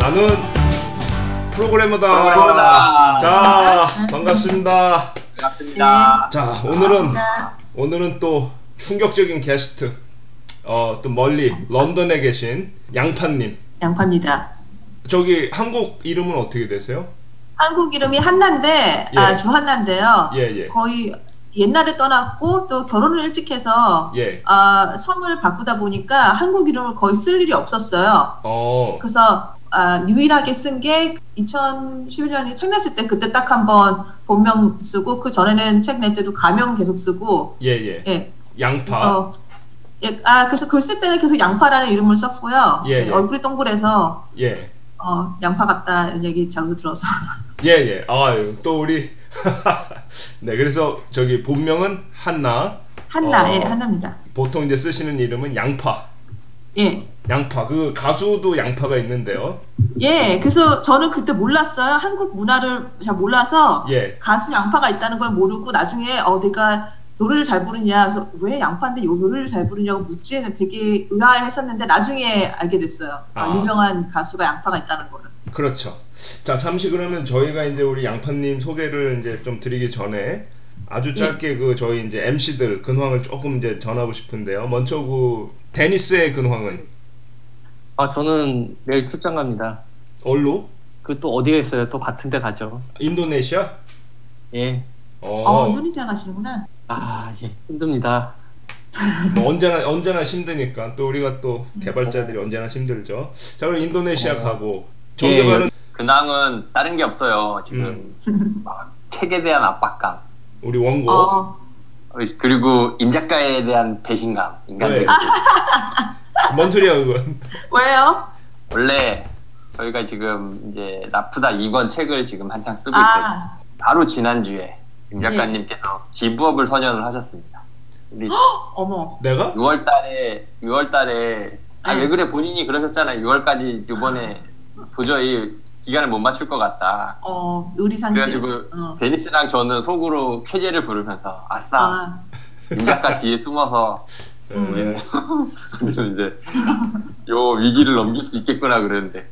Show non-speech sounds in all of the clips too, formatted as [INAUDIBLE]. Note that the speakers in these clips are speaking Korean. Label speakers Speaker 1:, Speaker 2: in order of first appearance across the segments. Speaker 1: 나는 프로그래머다. 자, 반갑습니다.
Speaker 2: 반갑습니다.
Speaker 1: 자, 오늘은
Speaker 3: 아,
Speaker 1: 오늘은 또 충격적인 게스트. 어, 또 멀리 런던에 계신 양파님.
Speaker 3: 양파입니다.
Speaker 1: 저기 한국 이름은 어떻게 되세요?
Speaker 3: 한국 이름이 한나인데,
Speaker 1: 예.
Speaker 3: 아, 주한나인데요.
Speaker 1: 예, 예.
Speaker 3: 거의 옛날에 떠났고, 또 결혼을 일찍 해서,
Speaker 1: 예.
Speaker 3: 아, 성을 바꾸다 보니까 한국 이름을 거의 쓸 일이 없었어요.
Speaker 1: 어.
Speaker 3: 그래서, 아, 유일하게 쓴 게 2011년에 책 냈을 때 그때 딱 한 번 본명 쓰고, 그 전에는 책 낼 때도 가명 계속 쓰고,
Speaker 1: 예, 예.
Speaker 3: 예.
Speaker 1: 양파.
Speaker 3: 그래서, 예, 아, 그래서 글 쓸 때는 계속 양파라는 이름을 썼고요.
Speaker 1: 예, 예.
Speaker 3: 얼굴이 동그래서,
Speaker 1: 예.
Speaker 3: 어, 양파 같다, 이런 얘기 자주 들어서.
Speaker 1: 예, 예. 아유, 또 우리 [LAUGHS] 네, 그래서 저기 본명은 한나.
Speaker 3: 한나,
Speaker 1: 어.
Speaker 3: 예, 한나입니다.
Speaker 1: 보통 이제 쓰시는 이름은 양파.
Speaker 3: 예.
Speaker 1: 양파. 그 가수도 양파가 있는데요.
Speaker 3: 예, 그래서 저는 그때 몰랐어요. 한국 문화를 잘 몰라서
Speaker 1: 예.
Speaker 3: 가수 양파가 있다는 걸 모르고 나중에 어 내가 노래를 잘 부르냐, 그래서 왜 양파인데 요 노래를 잘 부르냐고 묻지는 되게 의아했었는데 나중에 알게 됐어요. 아,
Speaker 1: 아.
Speaker 3: 유명한 가수가 양파가 있다는 거를.
Speaker 1: 그렇죠. 자, 잠시 그러면 저희가 이제 우리 양파님 소개를 이제 좀 드리기 전에
Speaker 3: 예.
Speaker 1: 아주 짧게 그 저희 이제 MC들 근황을 조금 이제 전하고 싶은데요. 먼저 그 데니스의 근황은
Speaker 2: 아 저는 내일 출장 갑니다.
Speaker 1: 얼로
Speaker 2: 그 또 어디에 있어요? 또 같은 데 가죠.
Speaker 1: 인도네시아.
Speaker 2: 예.
Speaker 3: 어,
Speaker 1: 어,
Speaker 3: 인도네시아 가시는구나.
Speaker 2: 아 예. 힘듭니다.
Speaker 1: 뭐 언제나 언제나 힘드니까 또 우리가 또
Speaker 3: 음.
Speaker 1: 개발자들이 언제나 힘들죠. 자, 그럼 인도네시아
Speaker 3: 어.
Speaker 1: 가고 정대발은
Speaker 3: 예.
Speaker 4: 근황은 다른 게 없어요. 지금
Speaker 2: 음.
Speaker 4: 막 책에 대한 압박감
Speaker 1: 우리 원고.
Speaker 3: [LAUGHS] 어,
Speaker 4: 그리고 인작가에 대한 배신감 인간적인
Speaker 1: 네.
Speaker 2: 아.
Speaker 1: 뭔 소리야 그건?
Speaker 3: 왜요?
Speaker 4: 원래 저희가 지금 이제 라프다 2권 책을 지금 한창 쓰고 있어요.
Speaker 3: 아,
Speaker 4: 바로
Speaker 2: 예.
Speaker 4: 지난주에 임 작가님께서 기부업을 선언을 하셨습니다. 우리
Speaker 3: 어머.
Speaker 1: 내가?
Speaker 4: 6월달에 6월달에 아
Speaker 3: 네.
Speaker 4: 왜 그래 본인이 그러셨잖아요. 6월까지 이번에 도저히 기간을 못 맞출 것 같다.
Speaker 3: 어, 의리상식.
Speaker 4: 그래가지고
Speaker 3: 어.
Speaker 4: 데니스랑 저는 속으로 쾌재를 부르면서 아싸
Speaker 3: 아,
Speaker 4: 인작가 뒤에 숨어서
Speaker 3: 음.
Speaker 4: 그러면 이제 요 위기를 넘길 수 있겠구나 그랬는데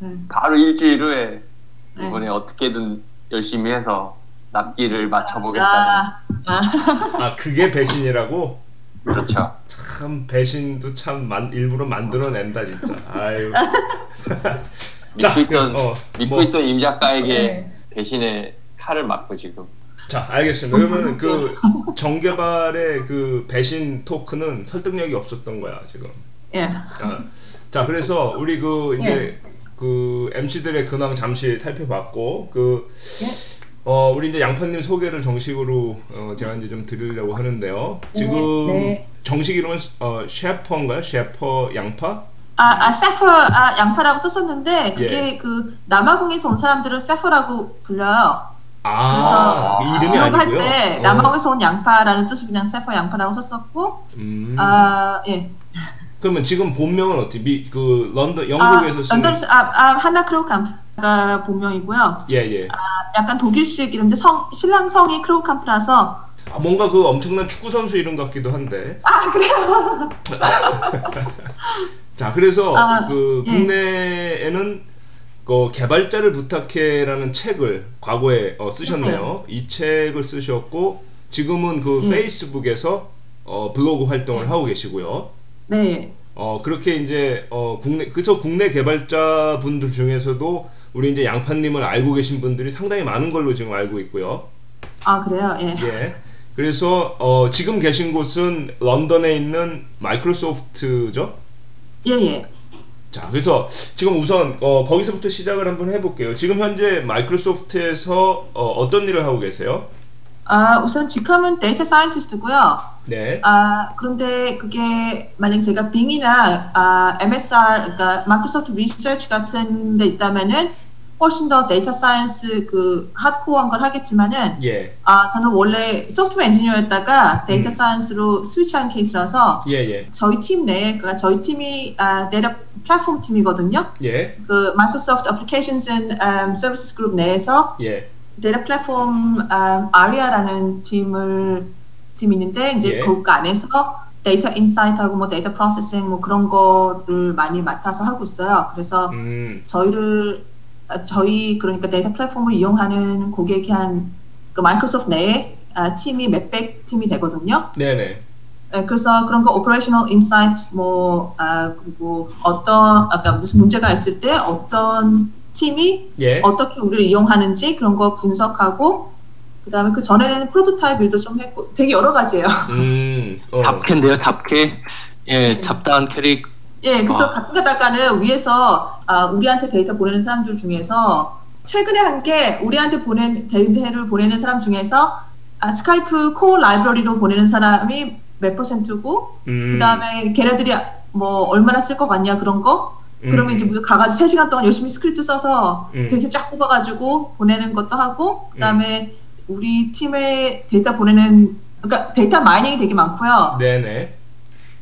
Speaker 3: 네.
Speaker 4: 바로 일주일 후에
Speaker 3: 네.
Speaker 4: 이번에 어떻게든 열심히 해서 납기를 맞춰보겠다는
Speaker 3: 아, [LAUGHS]
Speaker 1: 아 그게 배신이라고?
Speaker 4: 그렇죠
Speaker 1: 참 배신도 참 만, 일부러 만들어낸다 진짜. 아유. 자,
Speaker 4: 믿고 있던
Speaker 1: 어,
Speaker 4: 믿고
Speaker 1: 뭐.
Speaker 4: 있던 임 작가에게
Speaker 3: 네.
Speaker 4: 대신에 칼을 맞고 지금
Speaker 1: 자 알겠습니다. 그러면 그 정개발의 그 배신 토크는 설득력이 없었던 거야 지금.
Speaker 3: 예.
Speaker 1: 아, 자 그래서 우리 그 이제 그 MC들의 근황 잠시 살펴봤고 그
Speaker 3: 예.
Speaker 1: 어, 우리 이제 양파님 소개를 정식으로 어, 제가 이제 좀 드리려고 하는데요. 지금
Speaker 3: 네.
Speaker 1: 정식 이름은 어, 셰퍼인가요? 셰퍼 양파?
Speaker 3: 아, 아, 세프, 아, 양파라고 썼었는데, 그게
Speaker 1: 예.
Speaker 3: 그, 남아공에서 온 사람들을 세프라고 불러요.
Speaker 1: 아 이름이
Speaker 3: 할
Speaker 1: 아니고요.
Speaker 3: 때,
Speaker 1: 어,
Speaker 3: 남아공에서 온 양파라는 뜻을 그냥 세프 양파라고 썼었고,
Speaker 1: 음.
Speaker 3: 아, 예.
Speaker 1: 그러면 지금 본명은 어떻게? 미, 그 런던
Speaker 3: 아,
Speaker 1: 영국에서 쓰는
Speaker 3: 런던, 아, 아, 하나 크로우캄프가 본명이고요.
Speaker 1: 예 예.
Speaker 3: 아. 약간 독일식 이름인데, 성, 신랑 성이 크로우캄프라서,
Speaker 1: 아, 뭔가 그 엄청난 축구 선수 이름 같기도 한데.
Speaker 3: 아, 그래요?
Speaker 1: [LAUGHS] 자, 그래서
Speaker 3: 아,
Speaker 1: 그
Speaker 3: 예.
Speaker 1: 국내에는 그 개발자를 부탁해라는 책을 과거에 어, 쓰셨네요. 이 책을 쓰셨고 지금은 그
Speaker 3: 예.
Speaker 1: 페이스북에서 어, 블로그 활동을 하고 계시고요.
Speaker 3: 네.
Speaker 1: 어 그렇게 이제 어 국내 그저 국내 개발자 분들 중에서도 우리 이제 양파님을 알고 계신 분들이 상당히 많은 걸로 지금 알고 있고요.
Speaker 3: 아, 그래요? 예. [LAUGHS]
Speaker 1: 예. 그래서 어 지금 계신 곳은 런던에 있는 마이크로소프트죠.
Speaker 3: 예, 예.
Speaker 1: 자, 그래서 지금 우선 어, 거기서부터 시작을 한번 해볼게요. 지금 현재 마이크로소프트에서 어, 떤 일을 하고 계세요?
Speaker 3: 아, 우선 직함은 데이터 사이언티스트고요.
Speaker 1: 네.
Speaker 3: 아, 그런데 그게 만약에 제가 빙이나 아, MSR, 그러니까 마이크로소프트 리서치 같은 데 있다면은 훨씬 더 데이터 사이언스 그 하드코어한 걸 하겠지만은
Speaker 1: 예.
Speaker 3: 아, 저는 원래 소프트웨어 엔지니어였다가 데이터
Speaker 1: 음.
Speaker 3: 사이언스로 스위치한 케이스라서
Speaker 1: 예, 예.
Speaker 3: 저희 팀 내에, 그러니까 저희 팀이 아, 데이터 플랫폼 팀이거든요.
Speaker 1: 예.
Speaker 3: 그 마이크로소프트 애플리케이션스 앤 서비스 그룹 um, 내에서
Speaker 1: 예.
Speaker 3: 데이터 um, 플랫폼 아, 아리아라는 팀을 팀이 있는데 이제
Speaker 1: 예.
Speaker 3: 그 안에서 데이터 인사이트하고 뭐 데이터 프로세싱 뭐 그런 거를 많이 맡아서 하고 있어요. 그래서
Speaker 1: 음,
Speaker 3: 저희를 아, 저희 그러니까 데이터 플랫폼을 이용하는 고객이 한 그 마이크로소프트 내에 아, 팀이 몇백 팀이 되거든요.
Speaker 1: 네네.
Speaker 3: 예, 그래서 그런 거 오퍼레이셔널 인사이트 뭐 아, 그리고 어떤 아까 무슨 문제가 있을 때 어떤 팀이
Speaker 1: 예.
Speaker 3: 어떻게 우리를 이용하는지 그런 거 분석하고 그다음에 그 전에는 프로토타입 일도 좀 했고 되게 여러 가지예요. [LAUGHS]
Speaker 1: 음, 어. 네.
Speaker 2: 잡캐인데요, 잡캐. 예, 잡다한 캐릭.
Speaker 3: 예, 그래서
Speaker 2: 아.
Speaker 3: 가끔 가다가는 위에서 아, 우리한테 데이터 보내는 사람들 중에서 최근에 한 게 우리한테 보낸 데이터를 보내는 사람 중에서 아, 스카이프 코어 라이브러리로 보내는 사람이 몇 퍼센트고
Speaker 1: 음,
Speaker 3: 그다음에 걔네들이 뭐 얼마나 쓸 것 같냐 그런 거
Speaker 1: 음,
Speaker 3: 그러면 이제 무슨 가가지고 3 시간 동안 열심히 스크립트 써서
Speaker 1: 음.
Speaker 3: 데이터 쫙 뽑아가지고 보내는 것도 하고 그다음에 우리 팀의 데이터 보내는 그러니까 데이터 마이닝이 되게 많고요.
Speaker 1: 네네.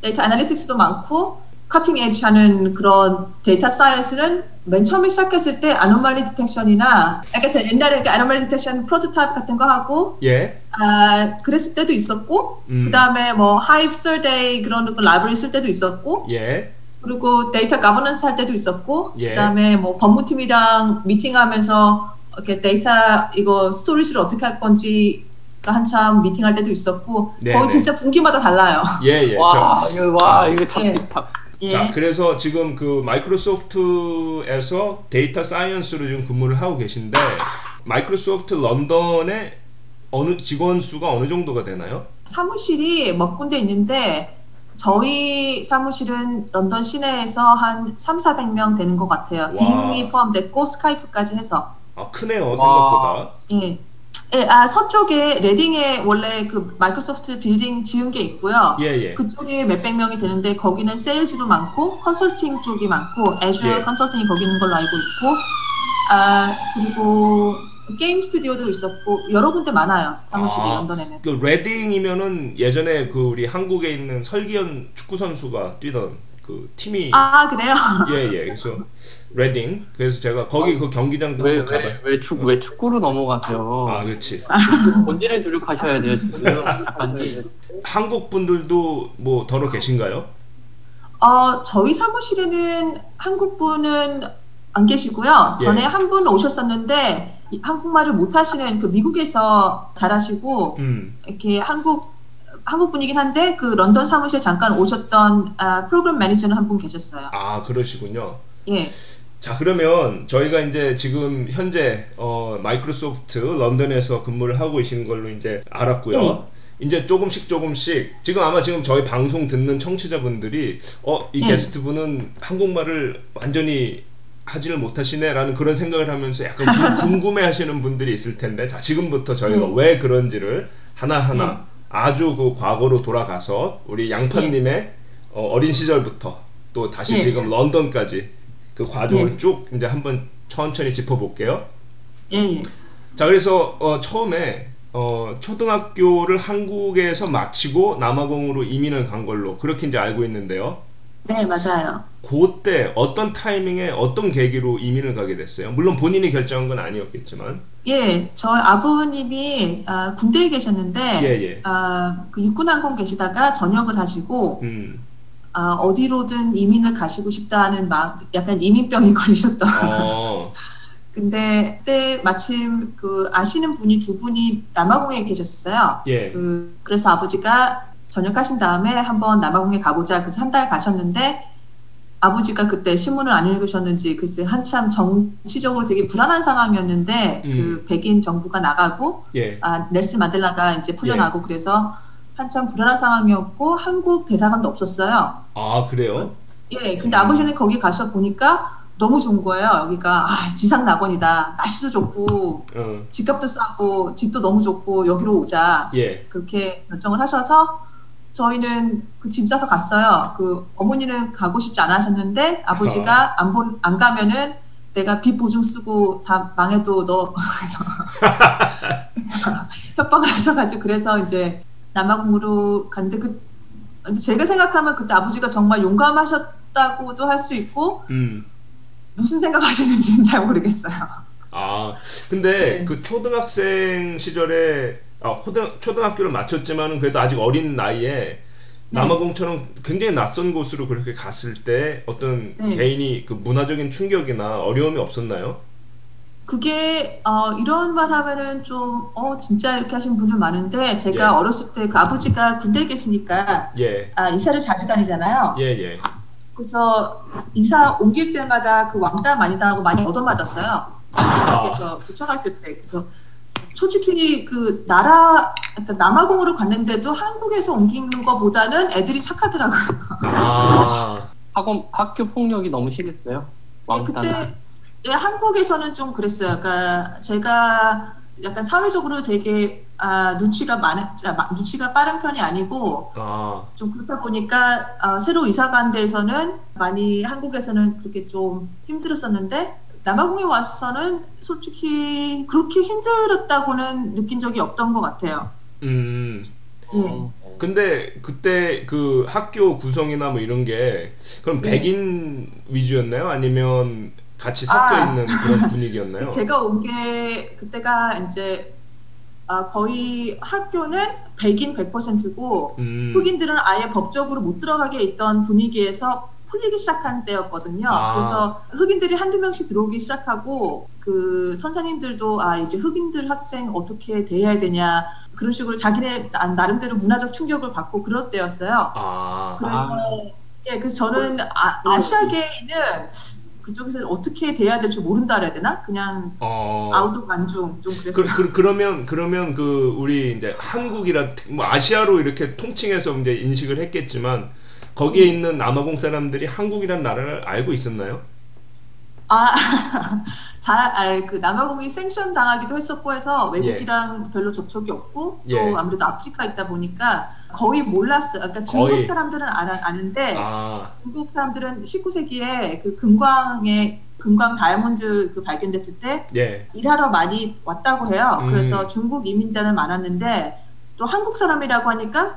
Speaker 3: 데이터 애널리틱스도 많고 커팅 에지 하는 그런 데이터 사이언스는 맨 처음에 시작했을 때 아노말리 디텍션이나 그러니까 저 옛날에 그 아노말리 디텍션 프로토타입 같은 거 하고
Speaker 1: 예.
Speaker 3: 아 그랬을 때도 있었고
Speaker 1: 음.
Speaker 3: 그다음에 뭐 하이브 설데이 그런 그 라이브러리 쓸 때도 있었고
Speaker 1: 예.
Speaker 3: 그리고 데이터 가버넌스 할 때도 있었고
Speaker 1: 예.
Speaker 3: 그다음에 뭐 법무팀이랑 미팅하면서 이렇게 데이터 이거 스토리지를 어떻게 할 건지 한참 미팅할 때도 있었고
Speaker 1: 네,
Speaker 3: 거의
Speaker 1: 네.
Speaker 3: 진짜 분기마다 달라요.
Speaker 1: 예, 예. 아, 네.
Speaker 2: 와,
Speaker 1: 자,
Speaker 2: 이거, 와, 이거 잡,
Speaker 3: 예.
Speaker 2: 잡.
Speaker 3: 예.
Speaker 1: 자, 그래서 지금 그 마이크로소프트에서 데이터 사이언스로 지금 근무를 하고 계신데 마이크로소프트 런던의 어느 직원 수가 어느 정도가 되나요?
Speaker 3: 사무실이 몇 군데 있는데 저희 사무실은 런던 시내에서 한 3, 400명 되는 것 같아요.
Speaker 1: 와.
Speaker 3: 빙이 포함됐고 스카이프까지 해서.
Speaker 1: 아, 크네요, 생각보다.
Speaker 3: 예. 예, 아, 서쪽에 레딩에 원래 그 마이크로소프트 빌딩 지은 게 있고요.
Speaker 1: 예, 예.
Speaker 3: 그쪽에 몇백 명이 되는데 거기는 세일즈도 많고 컨설팅 쪽이 많고 애슐
Speaker 1: 예.
Speaker 3: 컨설팅이 거기 있는 걸로 알고 있고 아 그리고 게임 스튜디오도 있었고 여러 군데 많아요 사무실이
Speaker 1: 아.
Speaker 3: 런던에는
Speaker 1: 그 레딩이면은 예전에 그 우리 한국에 있는 설기현 축구 선수가 뛰던 그 팀이
Speaker 3: 아 그래요 [LAUGHS]
Speaker 1: 예예 그래서 레딩 그래서 제가 거기 그 경기장도
Speaker 2: 왜,
Speaker 1: 한번
Speaker 2: 왜,
Speaker 1: 가봐
Speaker 2: 왜, 축구, 왜 축구로 넘어가세요?
Speaker 1: 아 네. 그렇지
Speaker 2: 본질에 주력하셔야 돼요.
Speaker 1: [LAUGHS]
Speaker 2: 본질에 주력하셔야 돼요.
Speaker 1: 한국 분들도 뭐 더러 계신가요?
Speaker 3: 어, 저희 사무실에는 한국 분은 안 계시고요.
Speaker 1: 예.
Speaker 3: 전에 한 분 오셨었는데 이- 한국말을 못 하시는 그 미국에서 잘하시고
Speaker 1: 음
Speaker 3: 이렇게 한국 한국 분이긴 한데 그 런던 사무실 잠깐 오셨던 아, 프로그램 매니저는 한 분 계셨어요.
Speaker 1: 아 그러시군요
Speaker 3: 예.
Speaker 1: 자 그러면 저희가 이제 지금 현재 어, 마이크로소프트 런던에서 근무를 하고 계시는 걸로 이제 알았고요. 이제 조금씩 조금씩 지금 아마 지금 저희 방송 듣는 청취자분들이 어 이
Speaker 3: 네.
Speaker 1: 게스트분은 한국말을 완전히 하지를 못하시네라는 그런 생각을 하면서 약간 궁금해하시는 분들이 있을 텐데 자 지금부터 저희가 왜 그런지를 하나 하나 아주 그 과거로 돌아가서 우리 양파님의 어, 어린 시절부터 또 다시
Speaker 3: 네.
Speaker 1: 지금 런던까지 그 과정을
Speaker 3: 네.
Speaker 1: 쭉 이제 한번 천천히 짚어볼게요.
Speaker 3: 예. 예.
Speaker 1: 자 그래서 어, 처음에 어, 초등학교를 한국에서 마치고 남아공으로 이민을 간 걸로 그렇게 이제 알고 있는데요.
Speaker 3: 네, 맞아요.
Speaker 1: 그때 어떤 타이밍에 어떤 계기로 이민을 가게 됐어요? 물론 본인이 결정한 건 아니었겠지만
Speaker 3: 예. 저희 아버님이 아, 군대에 계셨는데
Speaker 1: 예예.
Speaker 3: 아, 그 육군항공 계시다가 전역을 하시고
Speaker 1: 음.
Speaker 3: 아, 어디로든 이민을 가시고 싶다는 막 약간 이민병이 [LAUGHS] 걸리셨던.
Speaker 1: 어.
Speaker 3: 근데 그때 마침 그 아시는 분이 두 분이 남아공에 계셨어요.
Speaker 1: 예.
Speaker 3: 그, 그래서 아버지가 전역하신 다음에 한번 남아공에 가보자. 그래서 한 달 가셨는데 아버지가 그때 신문을 안 읽으셨는지 글쎄 한참 정치적으로 되게 불안한 상황이었는데
Speaker 1: 음.
Speaker 3: 그 백인 정부가 나가고
Speaker 1: 예.
Speaker 3: 아, 넬슨 만델라가 이제 풀려나고 그래서 한참 불안한 상황이었고 한국 대사관도 없었어요.
Speaker 1: 아 그래요?
Speaker 3: 예, 근데
Speaker 1: 음.
Speaker 3: 아버지는 거기 가서 보니까 너무 좋은 거예요. 여기가 아, 지상 낙원이다. 날씨도 좋고
Speaker 1: 어.
Speaker 3: 집값도 싸고 집도 너무 좋고 여기로 오자
Speaker 1: 예.
Speaker 3: 그렇게 결정을 하셔서 저희는 그 짐 싸서 갔어요. 그 어머니는 가고 싶지 않아 하셨는데 아버지가 안, 본, 안 가면은 내가 빚 보증 쓰고 다 망해도 너 그래서 [LAUGHS] 협박을 하셔가지고 그래서 이제 남아공으로 갔는데 그 근데 제가 생각하면 그때 아버지가 정말 용감하셨다고도 할 수 있고
Speaker 1: 음.
Speaker 3: 무슨 생각하시는지는 잘 모르겠어요.
Speaker 1: 아 근데
Speaker 3: 네.
Speaker 1: 그
Speaker 3: 네.
Speaker 1: 초등학생 시절에 아 호등, 초등학교를 마쳤지만은 그래도 아직 어린 나이에 남아공처럼 굉장히 낯선 곳으로 그렇게 갔을 때 어떤
Speaker 3: 네.
Speaker 1: 개인이 그 문화적인 충격이나 어려움이 없었나요?
Speaker 3: 그게 어, 이런 말 하면은 좀 어, 진짜 이렇게 하시는 분들 많은데 제가
Speaker 1: 예.
Speaker 3: 어렸을 때 그 아버지가 군대에 계시니까
Speaker 1: 예,
Speaker 3: 아, 이사를 자주 다니잖아요.
Speaker 1: 예, 예.
Speaker 3: 그래서 이사 옮길 때마다 그 왕따 많이 당하고 많이 얻어맞았어요.
Speaker 1: 아,
Speaker 3: 그래서 그 초등학교 때 그래서 솔직히 그 나라 그러니까 남아공으로 갔는데도 한국에서 옮기는 것보다는 애들이 착하더라고요.
Speaker 1: 아,
Speaker 4: 학원 학교 폭력이 너무 심했어요. 왕따나.
Speaker 3: 그때 예, 한국에서는 좀 그랬어요. 그러니까 제가 약간 사회적으로 되게 아, 눈치가 많은 아, 마- 눈치가 빠른 편이 아니고
Speaker 1: 아,
Speaker 3: 좀 그렇다 보니까 아, 새로 이사 간 데에서는 많이 한국에서는 그렇게 좀 힘들었었는데 남아공에 와서는 솔직히 그렇게 힘들었다고는 느낀 적이 없던 것 같아요.
Speaker 1: 음.
Speaker 3: 예.
Speaker 1: 그, 근데 그때 그 학교 구성이나 뭐 이런 게 그럼
Speaker 3: 네.
Speaker 1: 백인 위주였나요? 아니면 같이 섞여
Speaker 3: 아.
Speaker 1: 있는 그런
Speaker 3: [LAUGHS]
Speaker 1: 분위기였나요?
Speaker 3: 제가 온 게 그때가 이제 아, 거의 학교는 백인 100%고
Speaker 1: 음.
Speaker 3: 흑인들은 아예 법적으로 못 들어가게 있던 분위기에서 풀리기 시작한 때였거든요.
Speaker 1: 아.
Speaker 3: 그래서 흑인들이 한두 명씩 들어오기 시작하고 그 선생님들도 아 이제 흑인들 학생 어떻게 대해야 되냐 그런 식으로 자기네 나- 나름대로 문화적 충격을 받고 그럴 때였어요.
Speaker 1: 아,
Speaker 3: 그래서 예, 그래서 저는 아, 아시아계는 그쪽에서 어떻게 대해야 될지 모른다 그래야 되나? 그냥
Speaker 1: 어.
Speaker 3: 아우도 관중 좀 그랬어요.
Speaker 1: 그, 그, 그러면 그러면 그 우리 이제 한국이라 특- 뭐 아시아로 이렇게 통칭해서 이제 인식을 했겠지만
Speaker 3: 음.
Speaker 1: 거기에 있는 남아공 사람들이 한국이란 나라를 알고 있었나요?
Speaker 3: 아, [LAUGHS] 자, 아, 그 남아공이 생션 당하기도 했었고 해서 외국이랑 별로 접촉이 없고 또
Speaker 1: 예.
Speaker 3: 아무래도 아프리카 있다 보니까 거의 몰랐어요. 그러니까 중국
Speaker 1: 거의.
Speaker 3: 사람들은 알아, 아는데
Speaker 1: 아,
Speaker 3: 중국 사람들은 19세기에 그 금광에 금광 다이아몬드 그 발견됐을 때
Speaker 1: 예.
Speaker 3: 일하러 많이 왔다고 해요.
Speaker 1: 음.
Speaker 3: 그래서 중국 이민자는 많았는데 또 한국 사람이라고 하니까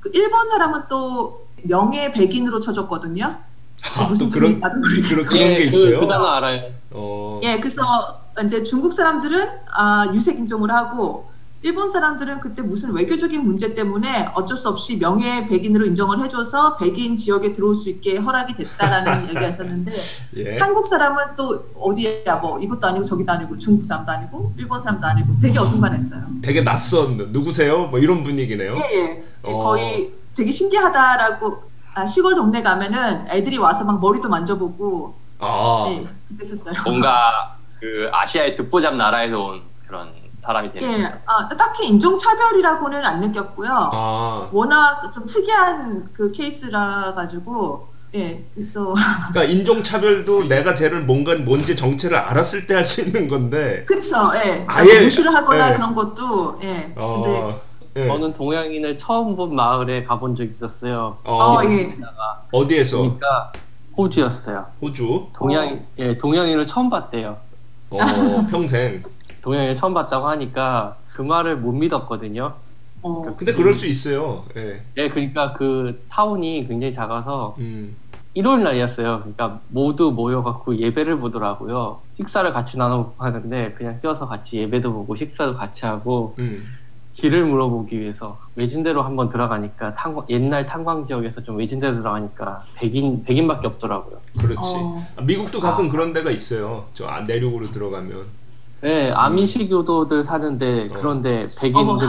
Speaker 3: 그 일본 사람은 또 명예 백인으로 쳐졌거든요.
Speaker 1: 아, 또
Speaker 3: 무슨 뜻인지
Speaker 1: 그런
Speaker 3: 나도 모르겠어요.
Speaker 1: 그런 그런
Speaker 4: 예,
Speaker 1: 게
Speaker 4: 그-
Speaker 1: 있어요.
Speaker 4: 그 단어 알아요.
Speaker 1: 어.
Speaker 3: 예, 그래서 이제 중국 사람들은 아, 유색 인종을 하고 일본 사람들은 그때 무슨 외교적인 문제 때문에 어쩔 수 없이 명예 백인으로 인정을 해줘서 백인 지역에 들어올 수 있게 허락이
Speaker 1: [LAUGHS]
Speaker 3: 됐다라는 얘기하셨는데
Speaker 1: 예.
Speaker 3: 한국 사람은 또 어디야 뭐 이것도 아니고 저기도 아니고 중국 사람도 아니고 일본 사람도 아니고 되게
Speaker 1: 음.
Speaker 3: 어중간했어요.
Speaker 1: 되게 낯선 누구세요? 뭐 이런 분위기네요.
Speaker 3: 예, 예.
Speaker 1: 어.
Speaker 3: 거의 되게 신기하다라고 아, 시골 동네 가면은 애들이 와서 막 머리도 만져보고
Speaker 1: 아.
Speaker 3: 예, 그랬었어요.
Speaker 4: 뭔가 그 아시아의 듣보잡 나라에서 온 그런 사람이 되는
Speaker 1: 네.
Speaker 3: 예,
Speaker 4: 거죠.
Speaker 3: 아, 딱히 인종 차별이라고는 안 느꼈고요.
Speaker 1: 아.
Speaker 3: 워낙 좀 특이한 그 케이스라 가지고 예, 그래서 [LAUGHS]
Speaker 1: 그러니까 인종 차별도 내가 쟤를 뭔가 뭔지 정체를 알았을 때 할 수 있는 건데.
Speaker 3: 그쵸, 예,
Speaker 1: 아예,
Speaker 3: 무시를 하거나
Speaker 1: 예.
Speaker 3: 그런 것도 예, 근데
Speaker 1: 어. 예.
Speaker 4: 저는 동양인을 처음 본 마을에 가본 적이 있었어요.
Speaker 1: 어,
Speaker 3: 어, 예,
Speaker 1: 어디에서?
Speaker 4: 그러니까 호주였어요.
Speaker 1: 호주.
Speaker 4: 동양 예 동양인을 처음 봤대요.
Speaker 1: 어,
Speaker 3: [LAUGHS]
Speaker 1: 평생.
Speaker 4: 동양인을 처음 봤다고 하니까 그 말을 못 믿었거든요.
Speaker 3: 어,
Speaker 1: 근데 그럴 수 있어요. 예.
Speaker 4: 예 그러니까 그 타운이 굉장히 작아서
Speaker 1: 음.
Speaker 4: 일요일 날이었어요. 그러니까 모두 모여갖고 예배를 보더라고요. 식사를 같이 나눠 하는데 그냥 뛰어서 같이 예배도 보고 식사도 같이 하고
Speaker 1: 음.
Speaker 4: 길을 물어보기 위해서 외진대로 한번 들어가니까 탄광- 옛날 탄광 지역에서 좀 외진대로 들어가니까 백인 백인밖에 없더라고요.
Speaker 1: 그렇지.
Speaker 3: 어,
Speaker 1: 아, 미국도 가끔 그런 데가 있어요. 저 아, 내륙으로 들어가면.
Speaker 4: 네, 아미시교도들 사는데
Speaker 1: 어.
Speaker 4: 그런데
Speaker 1: [LAUGHS]
Speaker 4: 백인들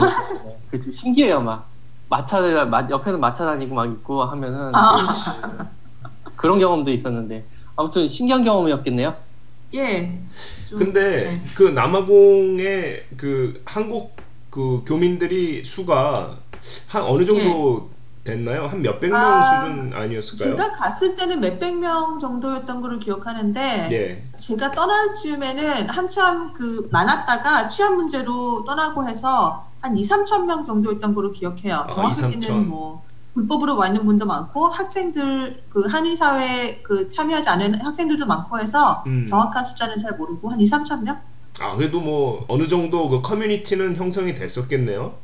Speaker 4: 그 신기해요 막 마차들 마- 옆에는 마차 다니고 막 있고 하면은
Speaker 3: 아,
Speaker 4: 그런 경험도 있었는데 아무튼 신기한 경험이었겠네요.
Speaker 3: 예, 좀, 네.
Speaker 1: 근데 그 남아공의 그 한국 그 교민들이 수가 한 어느 정도 됐나요? 한 몇백 명
Speaker 3: 예. 아,
Speaker 1: 수준
Speaker 3: 예.
Speaker 1: 아니었을까요?
Speaker 3: 제가 갔을 때는 몇백 명 정도였던 걸로 기억하는데
Speaker 1: 예.
Speaker 3: 제가 그러니까 떠날 즈음에는 한참 그 많았다가 치안 문제로 떠나고 해서 한 2, 3천 명 정도였던 걸로 기억해요.
Speaker 1: 아, 2, 3천.
Speaker 3: 정확하게는 뭐 불법으로 와 있는 분도 많고 학생들 그 한인 사회에 그 참여하지 않은 학생들도 많고 해서
Speaker 1: 음.
Speaker 3: 정확한 숫자는 잘 모르고 한 2, 3천 명?
Speaker 1: 아 그래도 뭐 어느 정도 그 커뮤니티는 형성이 됐었겠네요.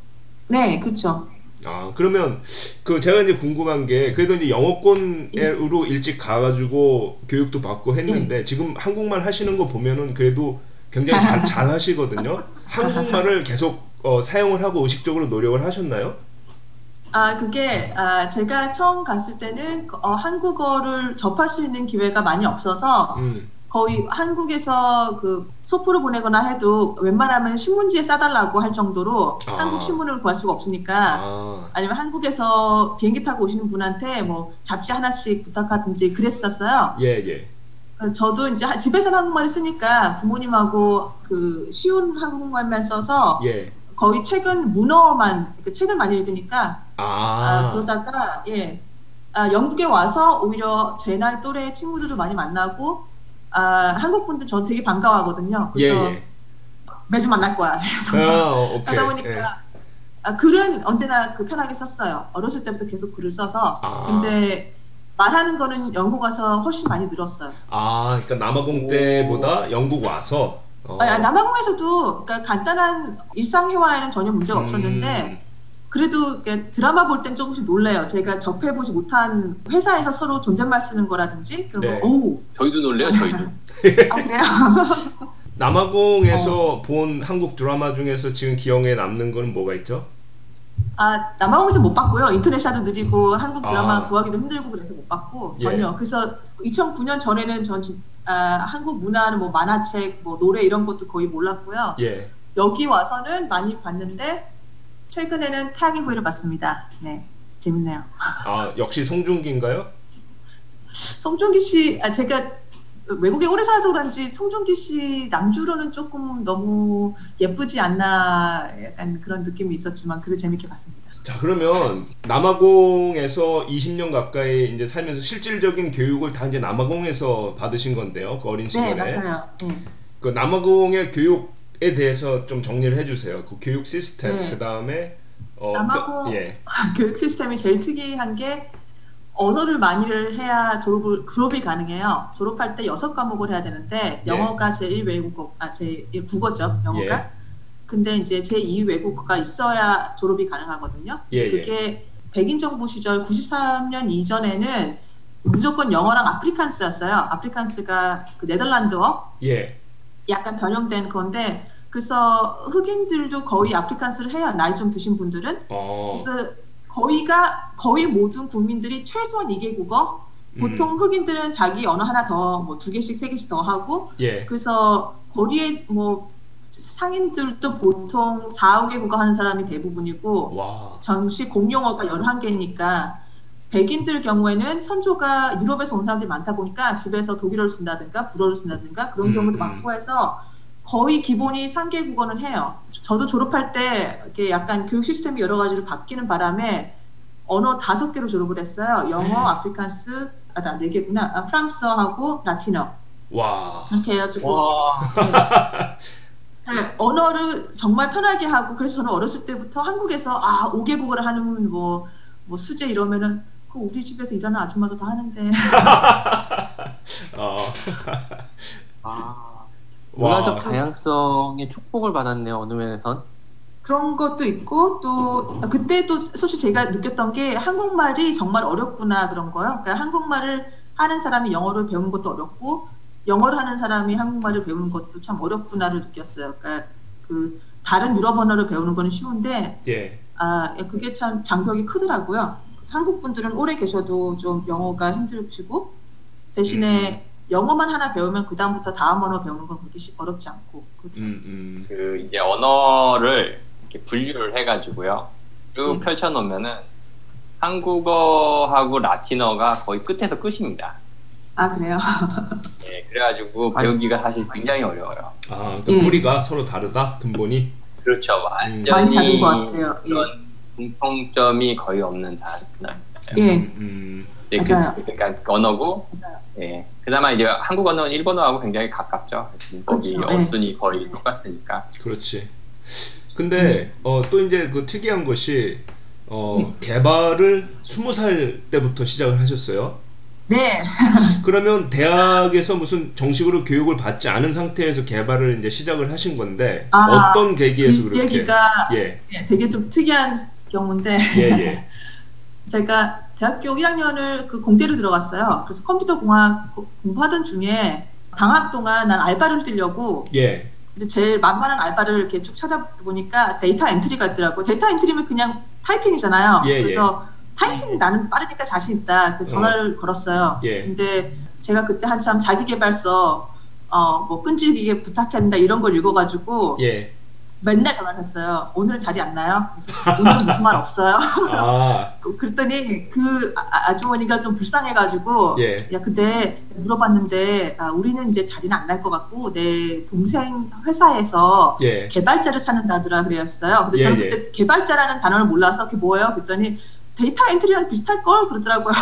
Speaker 3: 네, 그렇죠.
Speaker 1: 아 그러면 그 제가 이제 궁금한 게 그래도 이제
Speaker 3: 음.
Speaker 1: 영어권으로 일찍 가가지고 교육도 받고 했는데 지금 한국말 하시는 거 보면은 그래도 굉장히
Speaker 3: [LAUGHS]
Speaker 1: 잘, 잘 하시거든요. 한국말을 계속 어, 사용을 하고 의식적으로 노력을 하셨나요?
Speaker 3: 아, 그게 아, 제가 처음 갔을 때는 어, 한국어를 접할 수 있는 기회가 많이 없어서
Speaker 1: 음.
Speaker 3: 거의 한국에서 그 소포로 보내거나 해도 웬만하면 신문지에 싸달라고 할 정도로
Speaker 1: 아.
Speaker 3: 한국 신문을 구할 수가 없으니까
Speaker 1: 아.
Speaker 3: 아니면 한국에서 비행기 타고 오시는 분한테 뭐 잡지 하나씩 부탁하든지 그랬었어요.
Speaker 1: 예, 예.
Speaker 3: 어, 저도 이제 하- 집에서는 한국말을 쓰니까 부모님하고 그 쉬운 한국말만 써서
Speaker 1: 예.
Speaker 3: 거의 책은 문어만 그 책을 많이 읽으니까 아,
Speaker 1: 아.
Speaker 3: 그러다가 예 아, 영국에 와서 오히려 제 나이 또래 친구들도 많이 만나고 아, 한국 분들 저 되게 반가워하거든요.
Speaker 1: 예,
Speaker 3: 그래서
Speaker 1: 예.
Speaker 3: 매주 만날 거야. [LAUGHS] 그래서
Speaker 1: 아, 어, 오케이.
Speaker 3: 그러다
Speaker 1: 예.
Speaker 3: 보니까 아, 글은 언제나 그 편하게 썼어요. 어렸을 때부터 계속 글을 써서
Speaker 1: 아.
Speaker 3: 근데 말하는 거는 영국 가서 훨씬 많이 늘었어요.
Speaker 1: 아, 그러니까 남아공 때보다 영국 와서 어.
Speaker 3: 아, 남아공에서도 그러니까 간단한 일상 회화에는 전혀 문제가
Speaker 1: 음.
Speaker 3: 없었는데 그래도 이렇게 드라마 볼 땐 조금씩 놀래요. 제가 접해보지 못한 회사에서 서로 존댓말 쓰는 거라든지 그런
Speaker 1: 네.
Speaker 3: 거. 오우,
Speaker 5: 저희도 놀래요, 저희도.
Speaker 3: 아, 그래요? [LAUGHS]
Speaker 1: 음. 남아공에서
Speaker 3: 어.
Speaker 1: 본 한국 드라마 중에서 지금 기억에 남는 거는 뭐가 있죠?
Speaker 3: 아, 남아공에서 못 봤고요. 인터넷샤도 느리고 한국 드라마
Speaker 1: 아.
Speaker 3: 구하기도 힘들고 그래서 못 봤고
Speaker 1: 예.
Speaker 3: 전혀. 그래서 2009년 전에는 전 진- 아, 한국 문화는 뭐 만화책, 뭐 노래 이런 것도 거의 몰랐고요.
Speaker 1: 예.
Speaker 3: 여기 와서는 많이 봤는데 최근에는 태양의 후예를 봤습니다. 네, 재밌네요.
Speaker 1: 아, 역시 송중기인가요?
Speaker 3: 송중기 씨, 아, 제가 외국에 오래 살아서 그런지 송중기 씨 남주로는 조금 너무 예쁘지 않나 약간 그런 느낌이 있었지만 그래도 재밌게 봤습니다.
Speaker 1: 자, 그러면 남아공에서 20년 가까이 이제 살면서 실질적인 교육을 다 이제 남아공에서 받으신 건데요. 그 어린
Speaker 3: 네,
Speaker 1: 시절에.
Speaker 3: 맞아요. 네.
Speaker 1: 그 남아공의 교육에 대해서 좀 정리를 해주세요. 그 교육 시스템
Speaker 3: 네.
Speaker 1: 그다음에 어,
Speaker 3: 남아공-
Speaker 1: 그, 예.
Speaker 3: 교육 시스템이 제일 특이한 게 언어를 많이를 해야 졸업을, 졸업이 가능해요. 졸업할 때 여섯 과목을 해야 되는데
Speaker 1: 예.
Speaker 3: 영어가 제1 외국어, 아, 제 예, 국어죠. 영어가.
Speaker 1: 예.
Speaker 3: 근데 이제 제2 외국어가 있어야 졸업이 가능하거든요.
Speaker 1: 예, 예.
Speaker 3: 그게 백인 정부 시절 93년 이전에는 무조건 영어랑 아프리칸스였어요. 아프리칸스가 그 네덜란드어
Speaker 1: 예.
Speaker 3: 약간 변형된 건데 그래서 흑인들도 거의 아프리칸스를 해야 나이 좀 드신 분들은
Speaker 1: 어.
Speaker 3: 그래서 거의가 거의 모든 국민들이 최소한 2개국어
Speaker 1: 음.
Speaker 3: 보통 흑인들은 자기 언어 하나 더 뭐 두 개씩 세 개씩 더 하고
Speaker 1: 음, 예.
Speaker 3: 그래서 거리에 뭐 상인들도 보통 4, 5개 국어 하는 사람이 대부분이고
Speaker 1: 와.
Speaker 3: 전시 공용어가 11개니까 백인들 경우에는 선조가 유럽에서 온 사람들이 많다 보니까 집에서 독일어를 쓴다든가 불어를 쓴다든가 그런
Speaker 1: 음,
Speaker 3: 경우도
Speaker 1: 음.
Speaker 3: 많고 해서 거의 기본이 3개 국어는 해요. 저도 졸업할 때 이게 약간 교육 시스템이 여러 가지로 바뀌는 바람에 언어 다섯 개로 졸업을 했어요.
Speaker 1: 네.
Speaker 3: 영어, 아프리칸스, 아, 나 네 개구나. 아, 프랑스어하고 라틴어.
Speaker 1: 와.
Speaker 3: 이렇게 해가지고
Speaker 4: [LAUGHS] 와,
Speaker 3: 네, 언어를 정말 편하게 하고 그래서 저는 어렸을 때부터 한국에서 아 5개국어를 하는 뭐, 뭐 수제 이러면은 그 우리 집에서 일하는 아줌마도 다 하는데 [LAUGHS]
Speaker 1: 어.
Speaker 4: 아, 문화적
Speaker 1: 와.
Speaker 4: 다양성의 축복을 받았네요. 어느 면에선.
Speaker 3: 그런 것도 있고 또 아, 그때도 사실 제가 느꼈던 게 한국말이 정말 어렵구나 그런 거요. 그러니까 한국말을 하는 사람이 영어를 배우는 것도 어렵고 영어를 하는 사람이 한국말을 배우는 것도 참 어렵구나를 느꼈어요. 그러니까 그 다른 유럽 언어를 배우는 거는 쉬운데
Speaker 1: 예.
Speaker 3: 아, 예, 그게 참 장벽이 크더라고요. 한국 분들은 오래 계셔도 좀 영어가 힘들시고
Speaker 1: 음.
Speaker 3: 대신에 영어만 하나 배우면 그 다음부터 다음 언어 배우는 건 그렇게 쉽- 어렵지 않고 그렇죠. 그렇더라고요.
Speaker 1: 음, 음.
Speaker 5: 그 이제 언어를 이렇게 분류를 해가지고요. 쭉
Speaker 3: 음.
Speaker 5: 펼쳐놓으면은 한국어하고 라틴어가 거의 끝에서 끝입니다.
Speaker 3: 아 그래요?
Speaker 1: 음.
Speaker 5: 예, 그래가지고
Speaker 4: 아니.
Speaker 5: 배우기가 사실 굉장히 어려워요.
Speaker 1: 아, 그러니까
Speaker 3: 예.
Speaker 1: 뿌리가 서로 다르다. 근본이.
Speaker 5: 그렇죠.
Speaker 3: [LAUGHS] 많이
Speaker 5: 완전히
Speaker 3: 다른 것
Speaker 1: 음.
Speaker 3: 같아요. 예.
Speaker 5: 그런 공통점이 거의 없는 단어.
Speaker 3: 예,
Speaker 1: 음.
Speaker 5: 이제 그-
Speaker 3: 맞아요.
Speaker 5: 그러니까 그 언어고,
Speaker 3: 맞아요.
Speaker 5: 예. 그나마 이제 한국 언어는 일본어하고 굉장히 가깝죠. 거기
Speaker 3: 그렇죠. 예.
Speaker 5: 어순이 거의 똑같으니까.
Speaker 1: 그렇지.
Speaker 3: 음.
Speaker 1: 근데 어, 또 이제 그 특이한 것이 어, 개발을 스무 살 때부터 시작을 하셨어요.
Speaker 3: [LAUGHS]
Speaker 1: 음.
Speaker 3: 네,
Speaker 1: 그러면 대학에서 무슨 정식으로 교육을 받지 않은 상태에서 개발을 이제 시작을 하신 건데
Speaker 3: 아,
Speaker 1: 어떤 계기에서
Speaker 3: 이
Speaker 1: 그렇게
Speaker 3: 얘기가
Speaker 1: 예.
Speaker 3: 예, 되게 좀 특이한 경우인데
Speaker 1: 예, 예.
Speaker 3: 제가 대학교 1학년을 그 공대로 들어갔어요. 그래서 컴퓨터 공학 고- 공부하던 중에 방학 동안 난 알바를 뛰려고
Speaker 1: 예.
Speaker 3: 이제 제일 만만한 알바를 이렇게 쭉 찾아보니까 데이터 엔트리가 있더라고. 데이터 엔트리면 그냥 타이핑이잖아요.
Speaker 1: 예,
Speaker 3: 그래서 타이핑이 나는 빠르니까 자신 있다. 그 전화를 걸었어요.
Speaker 1: 예.
Speaker 3: 근데 제가 그때 한참 자기개발서 어 뭐 끈질기게 부탁한다 이런 걸 읽어가지고 [LAUGHS]
Speaker 1: 예.
Speaker 3: 맨날 전화를 했어요. 오늘은 자리 안 나요? 그래서 오늘은 무슨 말 없어요? [LAUGHS]
Speaker 1: 아,
Speaker 3: 그- 그랬더니 그 아- 아주머니가 좀 불쌍해가지고
Speaker 1: 예.
Speaker 3: 야 근데 물어봤는데 아, 우리는 이제 자리는 안 날 것 같고 내 동생 회사에서
Speaker 1: 예.
Speaker 3: 개발자를 찾는다더라 그랬어요. 근데
Speaker 1: 예,
Speaker 3: 저는
Speaker 1: 예.
Speaker 3: 그때 개발자라는 단어를 몰라서 그게 뭐예요? 그랬더니 데이터 엔트리랑 비슷할
Speaker 1: [LAUGHS]
Speaker 3: 걸 그러더라고요.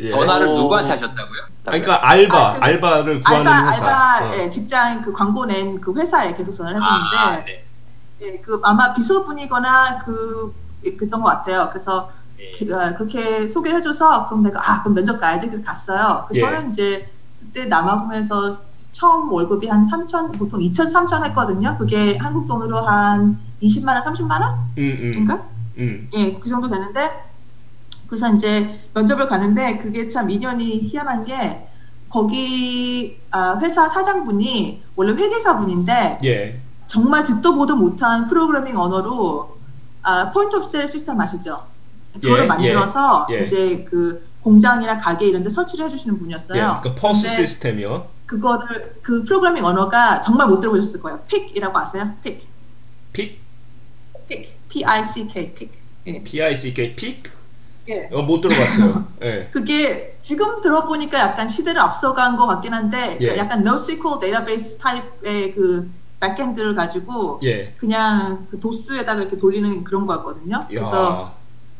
Speaker 1: 예.
Speaker 5: 전화를
Speaker 4: 오.
Speaker 5: 누구한테 하셨다고요?
Speaker 1: 아니, 그러니까 알바,
Speaker 3: 아, 그-
Speaker 1: 알바를 구하는
Speaker 3: 알바
Speaker 1: 회사.
Speaker 3: 알바
Speaker 1: 어.
Speaker 3: 예, 직장 그 광고 낸 그 회사에 계속 전화를 했었는데
Speaker 5: 아, 네.
Speaker 3: 예, 그 아마 비서분이거나 그 그랬던 것 같아요. 그래서
Speaker 5: 예.
Speaker 3: 그- 아, 그렇게 소개를 해줘서 그럼 내가 아 그럼 면접 가야지 그래서 갔어요. 그
Speaker 1: 예.
Speaker 3: 저는 이제 그때 남아공에서 처음 월급이 한 3천 보통 2천 3천 했거든요. 그게 한국 돈으로 한 20만 원 30만
Speaker 1: 음, 음.
Speaker 3: 원인가?
Speaker 1: 음.
Speaker 3: 예, 그 정도 되는데 그래서 이제 면접을 가는데 그게 참 인연이 희한한 게 거기 아, 회사 사장분이 원래 회계사분인데
Speaker 1: 예.
Speaker 3: 정말 듣도 보도 못한 프로그래밍 언어로 아, 포인트 오브 세일 시스템 아시죠? 그거를
Speaker 1: 예,
Speaker 3: 만들어서
Speaker 1: 예, 예.
Speaker 3: 이제 그 공장이나 가게 이런 데 설치를 해주시는
Speaker 1: 예.
Speaker 3: 분이었어요. 네.
Speaker 1: 그러니까 퍼스
Speaker 3: 근데
Speaker 1: 시스템이요.
Speaker 3: 그거를 그 프로그래밍 언어가 정말 못 들어보셨을 거예요. 픽이라고 아세요? 픽,
Speaker 1: 픽,
Speaker 3: 픽, P I C K, 픽. 예.
Speaker 1: P I C K 픽.
Speaker 3: 예.
Speaker 1: 어, 못
Speaker 3: [LAUGHS]
Speaker 1: 들어봤어요. 예.
Speaker 3: 그게 지금 들어보니까 약간 시대를 앞서간 것 같긴 한데 그
Speaker 1: 예.
Speaker 3: 약간 NoSQL 데이터베이스 타입의 그 백엔드를 가지고
Speaker 1: 예.
Speaker 3: 그냥 그 도스에다가 이렇게 돌리는 그런 거였거든요. 그래서
Speaker 1: 야.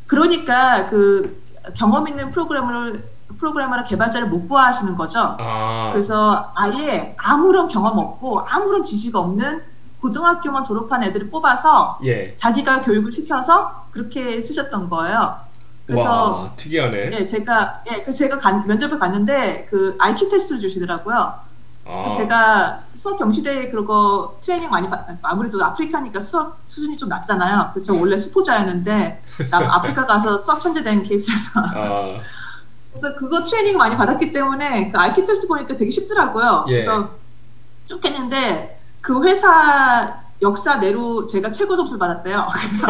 Speaker 3: 그러니까 그 경험 있는 프로그래머를 프로그래머나 개발자를 못 구하시는 거죠.
Speaker 1: 아.
Speaker 3: 그래서 아예 아무런 경험 없고 아무런 지식 없는 고등학교만 졸업한 애들을 뽑아서
Speaker 1: 예.
Speaker 3: 자기가 교육을 시켜서 그렇게 쓰셨던 거예요. 그래서
Speaker 1: 와, 특이하네.
Speaker 3: 예, 제가 예, 그래서 제가 간- 면접을 갔는데 그 IQ 테스트를 주시더라고요. 그러니까
Speaker 1: 아.
Speaker 3: 제가 수학 경시대에 그거 트레이닝 많이 받, 아무래도 아프리카니까 수학 수준이 좀 낮잖아요. 그저 원래 스포자였는데 나 아프리카 가서 수학 천재 된 케이스에서
Speaker 1: 아. [LAUGHS]
Speaker 3: 그래서 그거 트레이닝 많이 받았기 때문에 그 IQ 테스트 보니까 되게 쉽더라고요.
Speaker 1: 예.
Speaker 3: 그래서 쭉 했는데 그 회사 역사 내로 제가 최고 점수를 받았대요. 그래서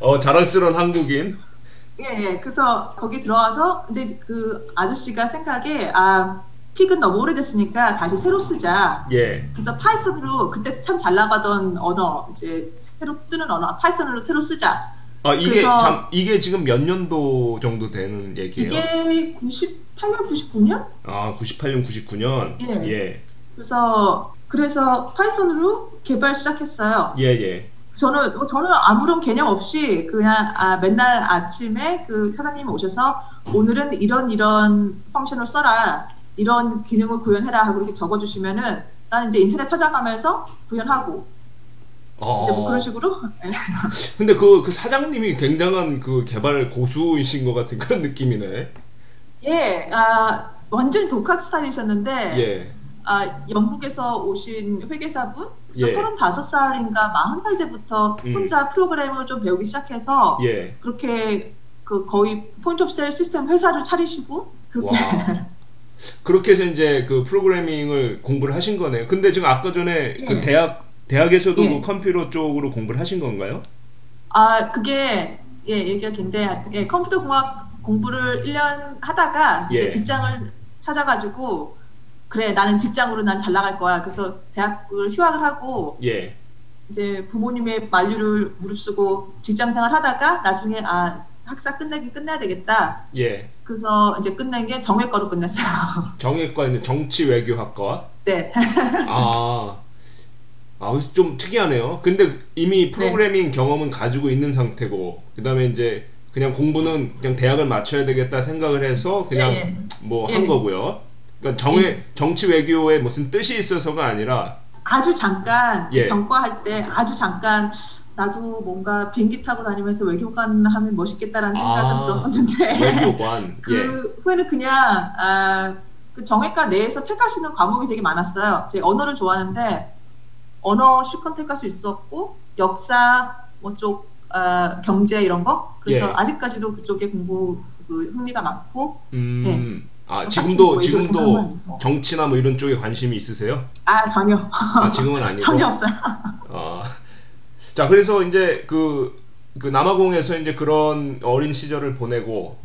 Speaker 1: 어, 자랑스러운 한국인.
Speaker 3: 예, 예. 그래서 거기 들어와서 근데 그 아저씨가 생각에 아 픽은 너무 오래됐으니까 다시 새로 쓰자.
Speaker 1: 예.
Speaker 3: 그래서 파이썬으로 그때 참 잘 나가던 언어 이제 새로 뜨는 언어 아, 파이썬으로 새로 쓰자.
Speaker 1: 아, 이게
Speaker 3: 그래서-
Speaker 1: 잠 이게 지금 몇 년도 정도 되는 얘기예요?
Speaker 3: 이게 98년 99년?
Speaker 1: 아, 98년, 99년.
Speaker 3: 예.
Speaker 1: 예.
Speaker 3: 그래서 그래서 파이썬으로 개발 시작했어요.
Speaker 1: 예, 예.
Speaker 3: 저는 뭐 저는 아무런 개념 없이 그냥 아, 맨날 아침에 그 사장님이 오셔서 오늘은 이런 이런 펑션을 써라 이런 기능을 구현해라 하고 이렇게 적어주시면은 나는 이제 인터넷 찾아가면서 구현하고
Speaker 1: 어.
Speaker 3: 이제 뭐 그런 식으로 [LAUGHS]
Speaker 1: 근데 그, 그 사장님이 굉장한 그 개발 고수이신 것 같은 그런 느낌이네.
Speaker 3: 예 아, 완전 독학 스타일이셨는데
Speaker 1: 예.
Speaker 3: 아, 영국에서 오신 회계사분 그래서
Speaker 1: 예.
Speaker 3: 35살인가 40살 때부터
Speaker 1: 음.
Speaker 3: 혼자 프로그램을 좀 배우기 시작해서
Speaker 1: 예.
Speaker 3: 그렇게 그 거의 포인트 오브 세일 시스템 회사를 차리시고
Speaker 1: 와.
Speaker 3: 그렇게
Speaker 1: 그렇게 해서 이제 그 프로그래밍을 공부를 하신 거네요. 근데 지금 아까 전에 그
Speaker 3: 예.
Speaker 1: 대학 대학에서도
Speaker 3: 예.
Speaker 1: 그 컴퓨터 쪽으로 공부를 하신 건가요?
Speaker 3: 아 그게 예 얘기가 긴데 하여튼, 예, 컴퓨터 공학 공부를 1년 하다가
Speaker 1: 예.
Speaker 3: 이제 직장을 찾아가지고 그래 나는 직장으로 난 잘 나갈 거야 그래서 대학을 휴학을 하고
Speaker 1: 예.
Speaker 3: 이제 부모님의 만류를 무릅쓰고 직장 생활 하다가 나중에 아 학사 끝내긴 끝내야 되겠다
Speaker 1: 예.
Speaker 3: 그래서 이제 끝낸 게 정외과로 끝냈어요 [LAUGHS]
Speaker 1: 정외과 있는 정치 외교학과.
Speaker 3: 네
Speaker 1: 아. 아, 그래서 좀 특이하네요. 근데 이미 프로그래밍 경험은 가지고 있는 상태고, 그 다음에 이제 그냥 공부는 그냥 대학을 맞춰야 되겠다 생각을 해서 그냥
Speaker 3: 예,
Speaker 1: 뭐
Speaker 3: 예.
Speaker 1: 한 거고요. 그러니까 정의, 정치 외교에 무슨 뜻이 있어서가 아니라,
Speaker 3: 아주 잠깐 그
Speaker 1: 예.
Speaker 3: 전과 할 때 아주 잠깐 나도 뭔가 비행기 타고 다니면서 외교관 하면 멋있겠다라는 생각은
Speaker 1: 아.
Speaker 3: 들었었는데
Speaker 1: 외교관. 예.
Speaker 3: [LAUGHS] 그 후에는 그냥 아, 그 정외과 내에서 택할 수 있는 과목이 되게 많았어요. 제 언어를 좋아하는데 언어 실컷 택할 수 있었고 역사 뭐쪽 아, 경제 이런 거 그래서
Speaker 1: 예.
Speaker 3: 아직까지도 그쪽에 공부 그 흥미가 많고
Speaker 1: 음. 아,
Speaker 3: 딱히
Speaker 1: 지금도,
Speaker 3: 뭐 네. 이런 생각은
Speaker 1: 지금도
Speaker 3: 아니고.
Speaker 1: 정치나 뭐 이런 쪽에 관심이 있으세요?
Speaker 3: 아 전혀 [LAUGHS]
Speaker 1: 아, 지금은 아니고.
Speaker 3: 전혀 없어요.
Speaker 1: 아, 자, 그래서 이제 그, 그 남아공에서 이제 그런 어린 시절을 보내고,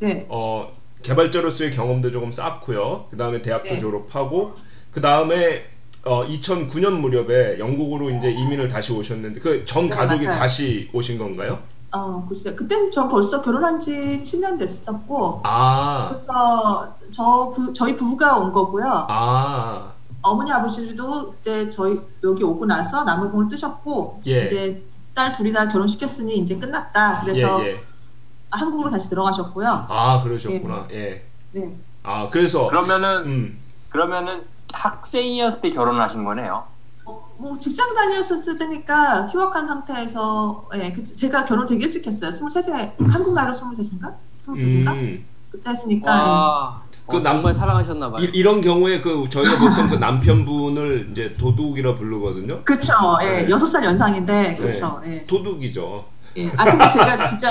Speaker 3: 네.
Speaker 1: 어, 개발자로서의 경험도 조금 쌓고요. 그 다음에 대학도
Speaker 3: 네.
Speaker 1: 졸업하고, 그 다음에 어, 2009년 무렵에 영국으로 이제 이민을 다시 오셨는데, 그 전
Speaker 3: 네,
Speaker 1: 가족이
Speaker 3: 맞아요.
Speaker 1: 다시 오신 건가요?
Speaker 3: 어, 글쎄. 그땐 전 벌써 결혼한 지 7년 됐었고,
Speaker 1: 아,
Speaker 3: 그래서 저, 부, 저희 부부가 온 거고요.
Speaker 1: 아,
Speaker 3: 어머니 아버지도 그때 저희 여기 오고 나서 남아공을 뜨셨고
Speaker 1: 예.
Speaker 3: 이제 딸 둘이 다 결혼시켰으니 이제 끝났다. 네, 그래서
Speaker 1: 예, 예.
Speaker 3: 한국으로 다시 들어가셨고요.
Speaker 1: 아, 그러셨구나. 예.
Speaker 3: 네.
Speaker 1: 아, 그래서,
Speaker 5: 그러면은
Speaker 1: 음,
Speaker 5: 그러면은 학생이었을 때 결혼하신 거네요.
Speaker 3: 어, 뭐 직장 다녔었을 때니까 휴학한 상태에서 예, 그- 제가 결혼 되게 일찍 했어요. 23세 한국 나이로 23인가? 22인가?
Speaker 1: 음.
Speaker 3: 그때 했으니까
Speaker 4: 와,
Speaker 1: 그
Speaker 4: 어,
Speaker 1: 남-
Speaker 4: 정말 사랑하셨나봐요.
Speaker 1: 이, 이런 경우에 그 저희가 보통 그 남편분을 이제 도둑이라 부르거든요.
Speaker 3: 그쵸 예,
Speaker 1: 네.
Speaker 3: 여섯 살 연상인데 그쵸
Speaker 1: 도둑이죠.
Speaker 3: 예. 아 근데 제가 진짜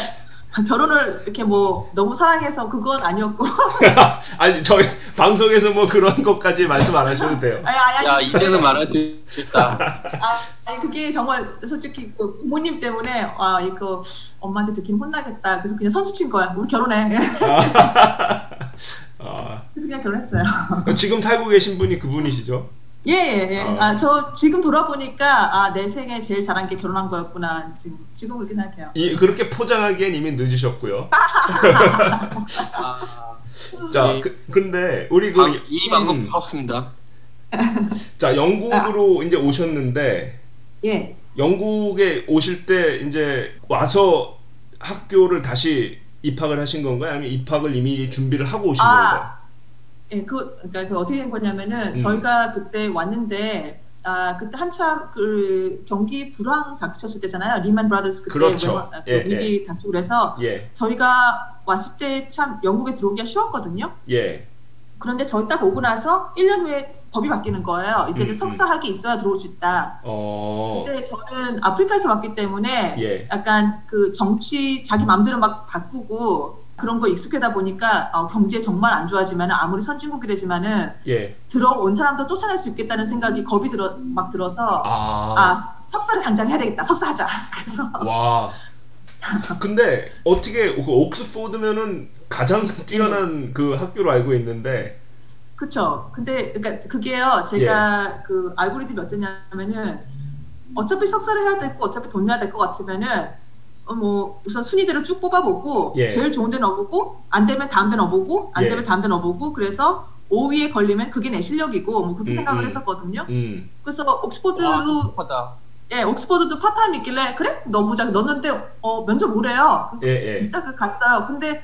Speaker 3: 결혼을 이렇게 뭐 너무 사랑해서 그건 아니었고 [LAUGHS]
Speaker 1: 아니 저희 [LAUGHS] 방송에서 뭐 그런 것까지 말씀 안 하셔도 돼요.
Speaker 3: 아니 아니
Speaker 4: 야,
Speaker 3: 아니
Speaker 4: 이제는 말할
Speaker 5: [LAUGHS]
Speaker 4: 수 있다.
Speaker 3: 아, 아니 그게 정말 솔직히 그 부모님 때문에 아 이거 엄마한테 듣기면 혼나겠다. 그래서 그냥 선수 친 거야. 우리 결혼해. [LAUGHS] 그래서
Speaker 1: 아,
Speaker 3: 그냥 결혼했어요.
Speaker 1: 지금 살고 계신 분이 그분이시죠?
Speaker 3: 예, 예, 예.
Speaker 1: 아.
Speaker 3: 아, 저 지금 돌아보니까 아, 내 생에 제일 잘한 게 결혼한 거였구나. 지금 지금 그렇게 생각해요.
Speaker 1: 이, 그렇게 포장하기엔 이미
Speaker 3: [LAUGHS]
Speaker 1: 늦으셨고요.
Speaker 4: 아,
Speaker 1: 자, 그, 근데 우리
Speaker 4: 방-
Speaker 1: 그,
Speaker 4: 아, 이 방법
Speaker 1: 음.
Speaker 4: 없습니다.
Speaker 1: 자
Speaker 3: 아.
Speaker 1: 영국으로 이제 오셨는데
Speaker 3: 예.
Speaker 1: 영국에 오실 때 이제 와서 학교를 다시 입학을 하신 건가요? 아니면 입학을 이미 준비를 하고 오신 건가요?
Speaker 3: 아. 예, 그 그러니까 그 어떻게 된 거냐면은
Speaker 1: 음.
Speaker 3: 저희가 그때 왔는데 아, 그때 한참 그 경기 불황 닥쳤을 때잖아요. 리만 브라더스 그때
Speaker 1: 그렇죠.
Speaker 3: 외환- 아, 그
Speaker 1: 예,
Speaker 3: 위기 닥치고 그래서
Speaker 1: 예,
Speaker 3: 저희가 왔을 때 참 영국에 들어오기가 쉬웠거든요.
Speaker 1: 예,
Speaker 3: 그런데 저희 딱 오고 나서 1년 후에 법이 바뀌는 거예요. 이제는
Speaker 1: 음,
Speaker 3: 석사학위 있어야 들어올 수 있다.
Speaker 1: 어,
Speaker 3: 근데 저는 아프리카에서 왔기 때문에
Speaker 1: 예,
Speaker 3: 약간 그 정치 자기 마음대로 막 바꾸고 그런 거 익숙하다 보니까 어, 경제 정말 안 좋아지면 아무리 선진국이라지만은
Speaker 1: 예,
Speaker 3: 들어온 사람도 쫓아낼 수 있겠다는 생각이 겁이 들어 막 들어서
Speaker 1: 아,
Speaker 3: 아 석사를 당장 해야 되겠다 석사하자 [LAUGHS] 그래서
Speaker 1: 와. 근데 어떻게 그 옥스포드면은 가장 [LAUGHS] 뛰어난 그 학교로 알고 있는데,
Speaker 3: 그쵸. 근데 그러니까 그게요. 제가
Speaker 1: 예.
Speaker 3: 그 알고리즘이 어떠냐면은 어차피 석사를 해야 되고 어차피 돈 내야 될 것 같으면은 어, 뭐 우선 순위대로 쭉 뽑아보고
Speaker 1: 예.
Speaker 3: 제일 좋은 데 넣어보고 안 되면 다음 데 넣어보고 안
Speaker 1: 예.
Speaker 3: 되면 다음 데 넣어보고 그래서 5위에 걸리면 그게 내 실력이고 뭐 그렇게
Speaker 1: 음,
Speaker 3: 생각을
Speaker 1: 음.
Speaker 3: 했었거든요.
Speaker 1: 음,
Speaker 3: 그래서 옥스포드도
Speaker 4: 와, 슬퍼다.
Speaker 3: 예 옥스포드도 파타임 있길래 그래 넣어보자 넣었는데 어 면접 오래요. 그래서
Speaker 1: 예, 예,
Speaker 3: 진짜 그 갔어요. 근데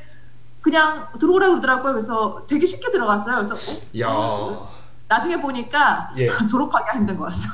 Speaker 3: 그냥 들어오라 그러더라고요. 그래서 되게 쉽게 들어갔어요. 그래서 어?
Speaker 1: 야,
Speaker 3: 나중에 보니까
Speaker 1: 예,
Speaker 3: [LAUGHS] 졸업하기 힘든 거였어.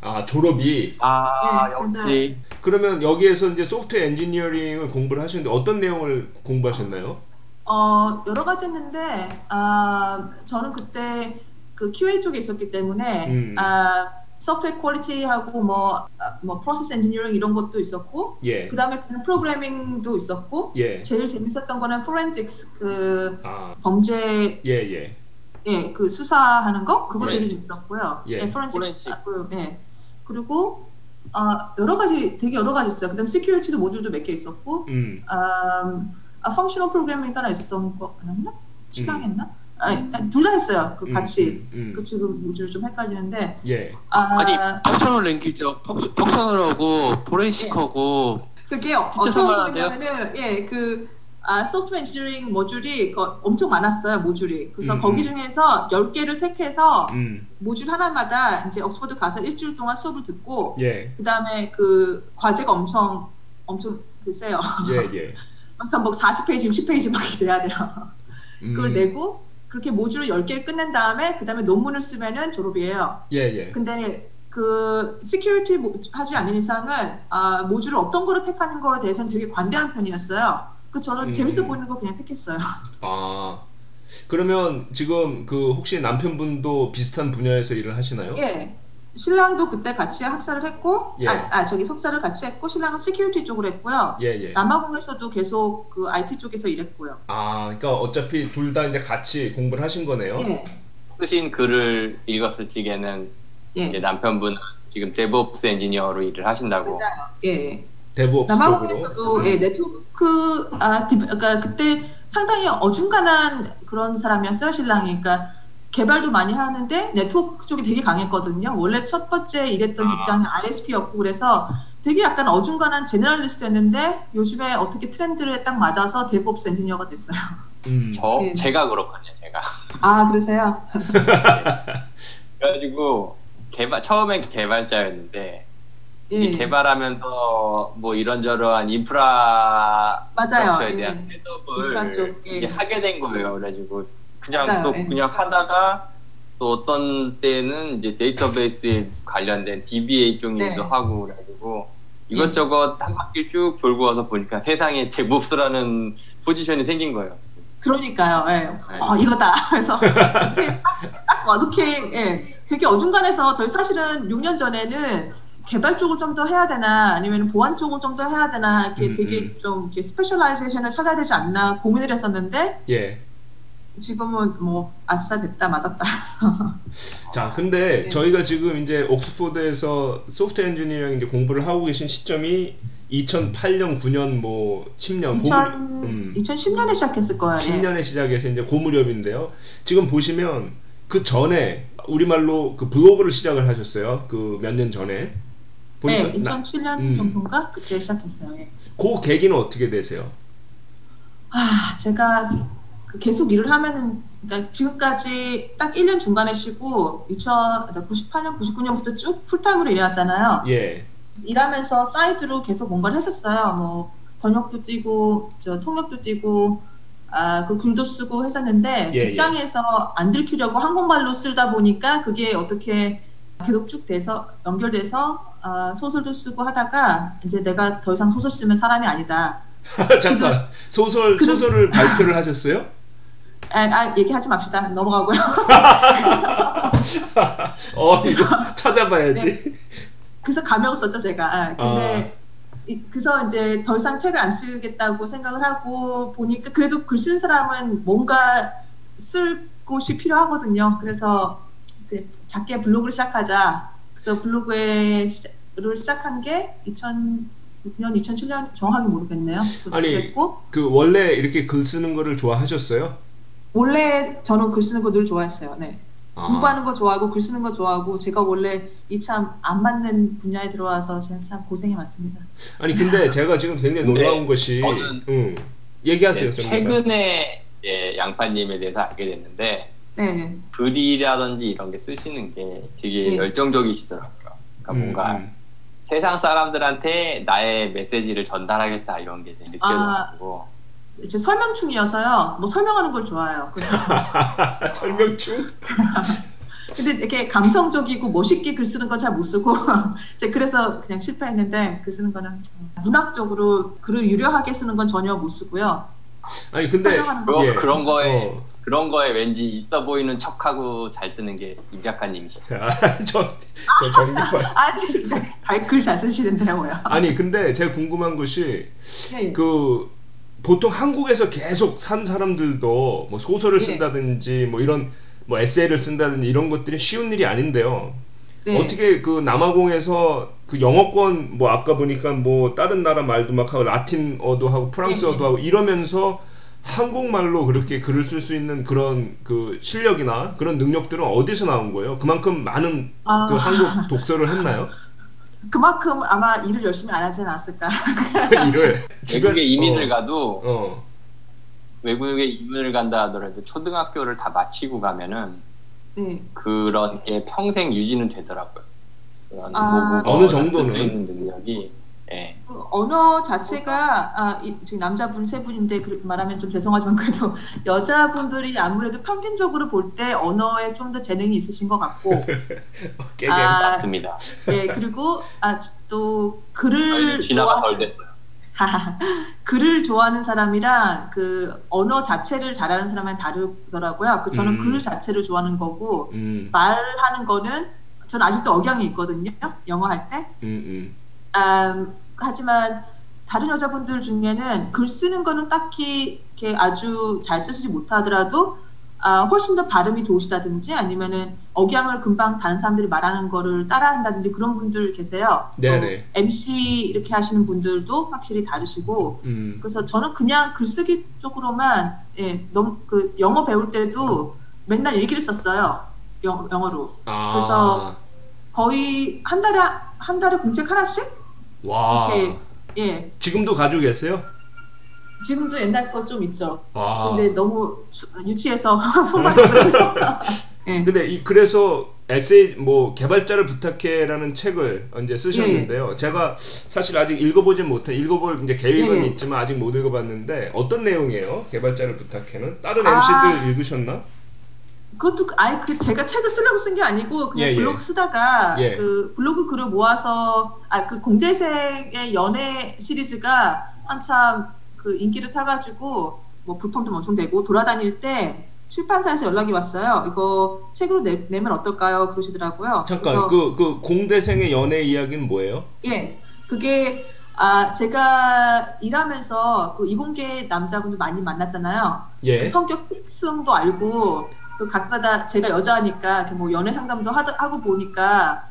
Speaker 1: 아 졸업이.
Speaker 5: 아
Speaker 3: 네,
Speaker 5: 역시
Speaker 1: 그러면 여기에서 이제 소프트 엔지니어링을 공부를 하시는데 어떤 내용을 공부하셨나요?
Speaker 3: 어 여러 가지 했는데 아 저는 그때 그 QA 쪽에 있었기 때문에
Speaker 1: 음.
Speaker 3: 아 소프트웨어 퀄리티하고 뭐뭐 프로세스 엔지니어링 이런 것도 있었고
Speaker 1: 예,
Speaker 3: 그 다음에 프로그래밍도 있었고
Speaker 1: 예,
Speaker 3: 제일 재밌었던 거는 포렌식스 그
Speaker 1: 아,
Speaker 3: 범죄
Speaker 1: 예, 예,
Speaker 3: 예, 그 수사하는 거 그거 되게
Speaker 1: 네.
Speaker 3: 재밌었고요.
Speaker 1: 예.
Speaker 3: 예, 포렌식스
Speaker 4: 포렌식.
Speaker 3: 하고요. 예. 그리고 아 여러 가지 되게 여러 가지 있어요. 그다음 시큐리티도 모듈도 몇 개 있었고
Speaker 1: 음,
Speaker 3: 음, 아, 펑셔널 프로그래밍 따라 있었던 거 아니었나? 신랑 했나? 아니, 둘 다 했어요. 그
Speaker 1: 음,
Speaker 3: 같이.
Speaker 1: 음,
Speaker 3: 그 지금 모듈 좀 헷갈리는데.
Speaker 1: 예,
Speaker 3: 아,
Speaker 4: 아니, 펑셔널 랭귀죠. 펑셔널하고 포렌식하고
Speaker 3: 그게
Speaker 4: 진짜
Speaker 3: 어떤
Speaker 4: 상관하네요.
Speaker 3: 거냐면은 예, 그 아, 소프트웨어 엔지니어링 모듈이 거- 엄청 많았어요, 모듈이. 그래서
Speaker 1: 음,
Speaker 3: 거기
Speaker 1: 음.
Speaker 3: 중에서 10개를 택해서
Speaker 1: 음,
Speaker 3: 모듈 하나마다 이제 옥스퍼드 가서 일주일 동안 수업을 듣고
Speaker 1: 예,
Speaker 3: 그다음에 그 과제가 엄청 엄청 글쎄요. [LAUGHS]
Speaker 1: 예, 예.
Speaker 3: 막한 40페이지, 60페이지 막 돼야 돼요.
Speaker 1: 음,
Speaker 3: 그걸 내고 그렇게 모듈을 10개를 끝낸 다음에 그 다음에 논문을 쓰면은 졸업이에요.
Speaker 1: 예, 예,
Speaker 3: 근데 그 시큐리티 모- 하지 않는 이상은 아, 모듈을 어떤 거를 택하는 거에 대해서는 되게 관대한 편이었어요. 그 저는
Speaker 1: 음.
Speaker 3: 재밌어 보이는 거 그냥 택했어요.
Speaker 1: 아. 그러면 지금 그 혹시 남편분도 비슷한 분야에서 일을 하시나요?
Speaker 3: 예. 신랑도 그때 같이 학사를 했고
Speaker 1: 예.
Speaker 3: 아, 아, 저기 석사를 같이 했고 신랑은 시큐리티 쪽으로 했고요.
Speaker 1: 예, 예.
Speaker 3: 남아공에서도 계속 그 IT 쪽에서 일했고요.
Speaker 1: 아, 그러니까 어차피 둘 다 이제 같이 공부를 어? 하신 거네요.
Speaker 3: 예.
Speaker 5: 쓰신 글을 읽었을 적에는
Speaker 3: 예.
Speaker 5: 이제 남편분은 이제 지금 DevOps 엔지니어로 일을 하신다고.
Speaker 3: 맞아요. 예.
Speaker 1: 데브옵스 쪽으로.
Speaker 3: 남아공에서도 예, 네트워크 아, 디, 그러니까 그때 상당히 어중간한 그런 사람이었어요 신랑이. 그러니까 개발도 많이 하는데 네트워크 쪽이 되게 강했거든요. 원래 첫 번째 일했던
Speaker 5: 아.
Speaker 3: 직장이 ISP였고 그래서 되게 약간 어중간한 제너럴리스트였는데 요즘에 어떻게 트렌드를 딱 맞아서 데브옵스 엔지니어가 됐어요.
Speaker 1: 음.
Speaker 5: 저
Speaker 3: 네.
Speaker 5: 제가 그렇거든요. 제가.
Speaker 3: 아 그러세요?
Speaker 5: 그래가지고 개발 처음엔 개발자였는데
Speaker 3: 예,
Speaker 5: 이 개발하면서 뭐 이런저런 인프라
Speaker 3: 맞아요.
Speaker 5: 스트럭처에
Speaker 3: 예.
Speaker 5: 대한
Speaker 3: 인프라
Speaker 5: 셋업을
Speaker 3: 쪽, 예.
Speaker 5: 이제 하게 된 거예요. 그래가지고 그냥
Speaker 3: 맞아요,
Speaker 5: 또
Speaker 3: 예.
Speaker 5: 그냥 하다가 또 어떤 때는 이제 데이터베이스에 관련된 DBA 쪽 일도
Speaker 3: 네. 예.
Speaker 5: 하고 그래가지고 이것저것 한 바퀴 쭉 돌고 와서 보니까 세상에 제몹스라는 포지션이 생긴 거예요.
Speaker 3: 그러니까요. 예.
Speaker 5: 네.
Speaker 3: 어, 이거다. [LAUGHS]
Speaker 1: [LAUGHS]
Speaker 3: 그래서 이렇게 딱, 딱 와도케 예. 되게 어중간해서 저희 사실은 6년 전에는 개발 쪽을 좀 더 해야 되나 아니면 보안 쪽을 좀 더 해야 되나 이렇게
Speaker 1: 음,
Speaker 3: 되게 좀 이렇게 스페셜라이제이션을 찾아야 되지 않나 고민을 했었는데
Speaker 1: 예.
Speaker 3: 지금은 뭐 아싸 됐다 맞았다.
Speaker 1: 자, 근데
Speaker 3: 네.
Speaker 1: 저희가 지금 이제 옥스포드에서 소프트 엔지니어링 이제 공부를 하고 계신 시점이 2008년, 9년, 뭐 10년,
Speaker 3: 2000,
Speaker 1: 고무렵, 음.
Speaker 3: 2010년에 시작했을 거예요. 예.
Speaker 1: 10년에 시작해서 이제 고무렵인데요. 지금 보시면 그 전에 우리말로 그 블로그를 시작을 하셨어요. 그 몇 년 전에. 보니까
Speaker 3: 네, 2007년
Speaker 1: 음.
Speaker 3: 정도인가 그때 시작했어요. 예.
Speaker 1: 그 계기는 어떻게 되세요?
Speaker 3: 아, 제가 그 계속 일을 하면은 그러니까 지금까지 딱 1년 중간에 쉬고 2098년, 99년부터 쭉 풀타임으로 일해왔잖아요.
Speaker 1: 예. [LAUGHS]
Speaker 3: 일하면서 사이드로 계속 뭔가를 했었어요. 뭐 번역도 뛰고 저 통역도 뛰고 아, 그 글도 쓰고 했었는데
Speaker 1: 예,
Speaker 3: 직장에서 안 들키려고 한국말로 쓰다 보니까 그게 어떻게 계속 쭉 돼서 연결돼서 아, 소설도 쓰고 하다가 이제 내가 더 이상 소설 쓰면 사람이 아니다.
Speaker 1: 잠깐 소설
Speaker 3: 그래도-
Speaker 1: 소설을 발표를 하셨어요? [LAUGHS]
Speaker 3: 아, 아, 얘기하지 맙시다. 넘어가고요.
Speaker 1: 어 이거
Speaker 3: [LAUGHS] 네.
Speaker 1: 찾아봐야지.
Speaker 3: 그래서 감명을 썼죠 제가. 아, 근데 이- 그래서 이제 더 이상 책을 안 쓰겠다고 생각을 하고 보니까 그래도 글 쓰는 사람은 뭔가 쓸 곳이 필요하거든요. 그래서 이제 작게 블로그를 시작하자. 그래서 블로그를 시작한 게 2006년, 2007년 정확하게 모르겠네요.
Speaker 1: 아니.
Speaker 3: 그랬고
Speaker 1: 그 원래 이렇게 글 쓰는 거를 좋아하셨어요?
Speaker 3: 원래 저는 글 쓰는 거 늘 좋아했어요. 네.
Speaker 1: 아.
Speaker 3: 공부하는 거 좋아하고 글 쓰는 거 좋아하고 제가 원래 이 참 안 맞는 분야에 들어와서 제가 참 고생이 많습니다.
Speaker 1: 아니 근데 제가 지금 굉장히 놀라운 것이
Speaker 5: 네. 저는-
Speaker 1: 응. 얘기하세요
Speaker 5: 네,
Speaker 1: 정말.
Speaker 5: 최근에 예, 양파님에 대해서 알게 됐는데
Speaker 3: 네, 네.
Speaker 5: 글이라든지 이런 게 쓰시는 게 되게
Speaker 3: 예.
Speaker 5: 열정적이시더라고요. 그러니까
Speaker 1: 음,
Speaker 5: 뭔가
Speaker 1: 음.
Speaker 5: 세상 사람들한테 나의 메시지를 전달하겠다 이런 게 이제 느껴져가지고
Speaker 3: 아. 저 설명충이어서요. 뭐 설명하는 걸 좋아해요. 그래서
Speaker 1: 아, [LAUGHS] 설명충?
Speaker 3: 근데 이렇게 감성적이고 멋있게 글 쓰는 건 잘 못 쓰고 [LAUGHS] 이제 그래서 그냥 실패했는데 글 쓰는 거는 문학적으로 글을 유려하게 쓰는 건 전혀 못 쓰고요.
Speaker 1: 아니 근데
Speaker 3: 설명하는 거.
Speaker 5: 그-
Speaker 1: 예.
Speaker 5: 그런 거에
Speaker 1: 어.
Speaker 5: 그런 거에 왠지 있어 보이는 척하고 잘 쓰는 게 임 작가님이시죠.
Speaker 1: [LAUGHS] 저저 정말
Speaker 3: 아니 진짜 글잘 쓰시는데요, 뭐야.
Speaker 1: 아니 근데 제가 궁금한 것이
Speaker 3: 예, 예.
Speaker 1: 그 보통 한국에서 계속 산 사람들도 뭐 소설을
Speaker 3: 예.
Speaker 1: 쓴다든지 뭐 이런 뭐 에세이를 쓴다든지 이런 것들이 쉬운 일이 아닌데요.
Speaker 3: 네.
Speaker 1: 어떻게 그 남아공에서 그 영어권 뭐 아까 보니까 뭐 다른 나라 말도 막 하고 라틴어도 하고 프랑스어도
Speaker 3: 네, 네.
Speaker 1: 하고 이러면서 한국말로 그렇게 글을 쓸 수 있는 그런 그 실력이나 그런 능력들은 어디서 나온 거예요? 그만큼 많은
Speaker 3: 아,
Speaker 1: 그 한국 독서를 했나요?
Speaker 3: 그만큼 아마 일을 열심히 안 하진 않았을까.
Speaker 1: [LAUGHS]
Speaker 3: [LAUGHS]
Speaker 1: 이를
Speaker 5: 외국에 네, 이민을
Speaker 1: 어,
Speaker 5: 가도
Speaker 1: 어.
Speaker 5: 외국에 이민을 간다 하더라도 초등학교를 다 마치고 가면은
Speaker 3: 네.
Speaker 5: 그런 게 평생 유지는 되더라고요. 그런
Speaker 3: 아.
Speaker 5: 모국어
Speaker 1: 어느 정도는?
Speaker 5: 쓸수 있는 능력이 예.
Speaker 3: 그 언어 자체가 아, 이, 지금 남자분 세 분인데 그- 말하면 좀 죄송하지만 그래도 [LAUGHS] 여자분들이 아무래도 평균적으로 볼 때 언어에 좀 더 재능이 있으신 것 같고
Speaker 1: 깨갱.
Speaker 3: 아.
Speaker 5: 맞습니다.
Speaker 3: 예 그리고 아, 또
Speaker 5: 저희는
Speaker 3: 글을
Speaker 5: 진화가 덜
Speaker 3: [LAUGHS] 좋아하는-
Speaker 5: 됐어요.
Speaker 3: 글을 좋아하는 사람이랑 그 언어 자체를 잘하는 사람은 다르더라고요. 그 저는
Speaker 1: 음.
Speaker 3: 글을 자체를 좋아하는 거고
Speaker 1: 음,
Speaker 3: 말하는 거는 전 아직도 억양이 있거든요. 영어 할 때.
Speaker 1: 음, 음.
Speaker 3: 아, 하지만 다른 여자분들 중에는 글 쓰는 거는 딱히 이렇게 아주 잘 쓰시지 못하더라도 아, 훨씬 더 발음이 좋으시다든지 아니면은 억양을 금방 다른 사람들이 말하는 거를 따라한다든지 그런 분들 계세요.
Speaker 1: 네네.
Speaker 3: 또 MC 이렇게 하시는 분들도 확실히 다르시고
Speaker 1: 음.
Speaker 3: 그래서 저는 그냥 글쓰기 쪽으로만 예, 너무 그 영어 배울 때도 맨날 일기를 썼어요. 영, 영어로
Speaker 1: 아.
Speaker 3: 그래서 거의 한 달에 한 달에 공책 하나씩
Speaker 1: 와.
Speaker 3: 이렇게 예
Speaker 1: 지금도 가지고 계세요?
Speaker 3: 지금도 옛날 거 좀 있죠.
Speaker 1: 와.
Speaker 3: 근데 너무 수- 유치해서 [LAUGHS] 손바닥으로 예.
Speaker 1: 근데 이 그래서 에세이 뭐 개발자를 부탁해라는 책을 이제 쓰셨는데요.
Speaker 3: 음.
Speaker 1: 제가 사실 아직 읽어보진 못해 읽어볼 이제 계획은
Speaker 3: 예.
Speaker 1: 있지만 아직 못 읽어봤는데 어떤 내용이에요? 개발자를 부탁해는 다른
Speaker 3: 아.
Speaker 1: MC들 읽으셨나?
Speaker 3: 그것도 그- 아예 그 제가 책을 쓰려고 쓴 게 아니고 그냥
Speaker 1: 예, 예.
Speaker 3: 블로그 쓰다가
Speaker 1: 예.
Speaker 3: 그 블로그 글을 모아서 아 그 공대생의 연애 시리즈가 한참 그 인기를 타가지고 뭐 불펌도 엄청 되고 돌아다닐 때 출판사에서 연락이 왔어요. 이거 책으로 내, 내면 어떨까요? 그러시더라고요.
Speaker 1: 잠깐
Speaker 3: 아, 그래서
Speaker 1: 그 그 공대생의 연애 이야기는 뭐예요?
Speaker 3: 예, 그게 아 제가 일하면서 그 이공계 남자분들 많이 만났잖아요.
Speaker 1: 예.
Speaker 3: 성격 특성도 알고 그 각마다 제가 여자니까 이렇게 뭐 연애 상담도 하다, 하고 보니까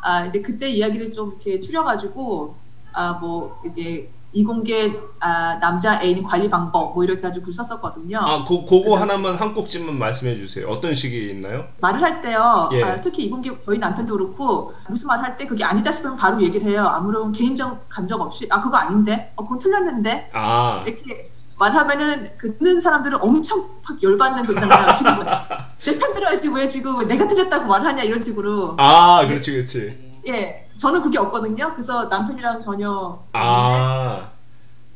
Speaker 3: 아 이제 그때 이야기를 좀 이렇게 추려가지고 아 뭐 이게 이공계 아, 남자 애인 관리 방법 뭐 이렇게 가지고 글 썼었거든요.
Speaker 1: 아, 그 그거 하나만 한 꼭지만 말씀해 주세요. 어떤 식이 있나요?
Speaker 3: 말을 할 때요.
Speaker 1: 예.
Speaker 3: 아, 특히 이공계 저희 남편도 그렇고 무슨 말 할 때 그게 아니다 싶으면 바로 얘기를 해요. 아무런 개인적 감정 없이 아 그거 아닌데, 어 그건 틀렸는데
Speaker 1: 아,
Speaker 3: 이렇게 말하면은 듣는 사람들은 엄청 팍 열받는 거잖아요. 지금 뭐 내편 들어야지 왜 지금 내가 틀렸다고 말하냐 이런 식으로.
Speaker 1: 아, 그렇지, 그렇지.
Speaker 3: 예, 저는 그게 없거든요. 그래서 남편이랑 전혀
Speaker 1: 아,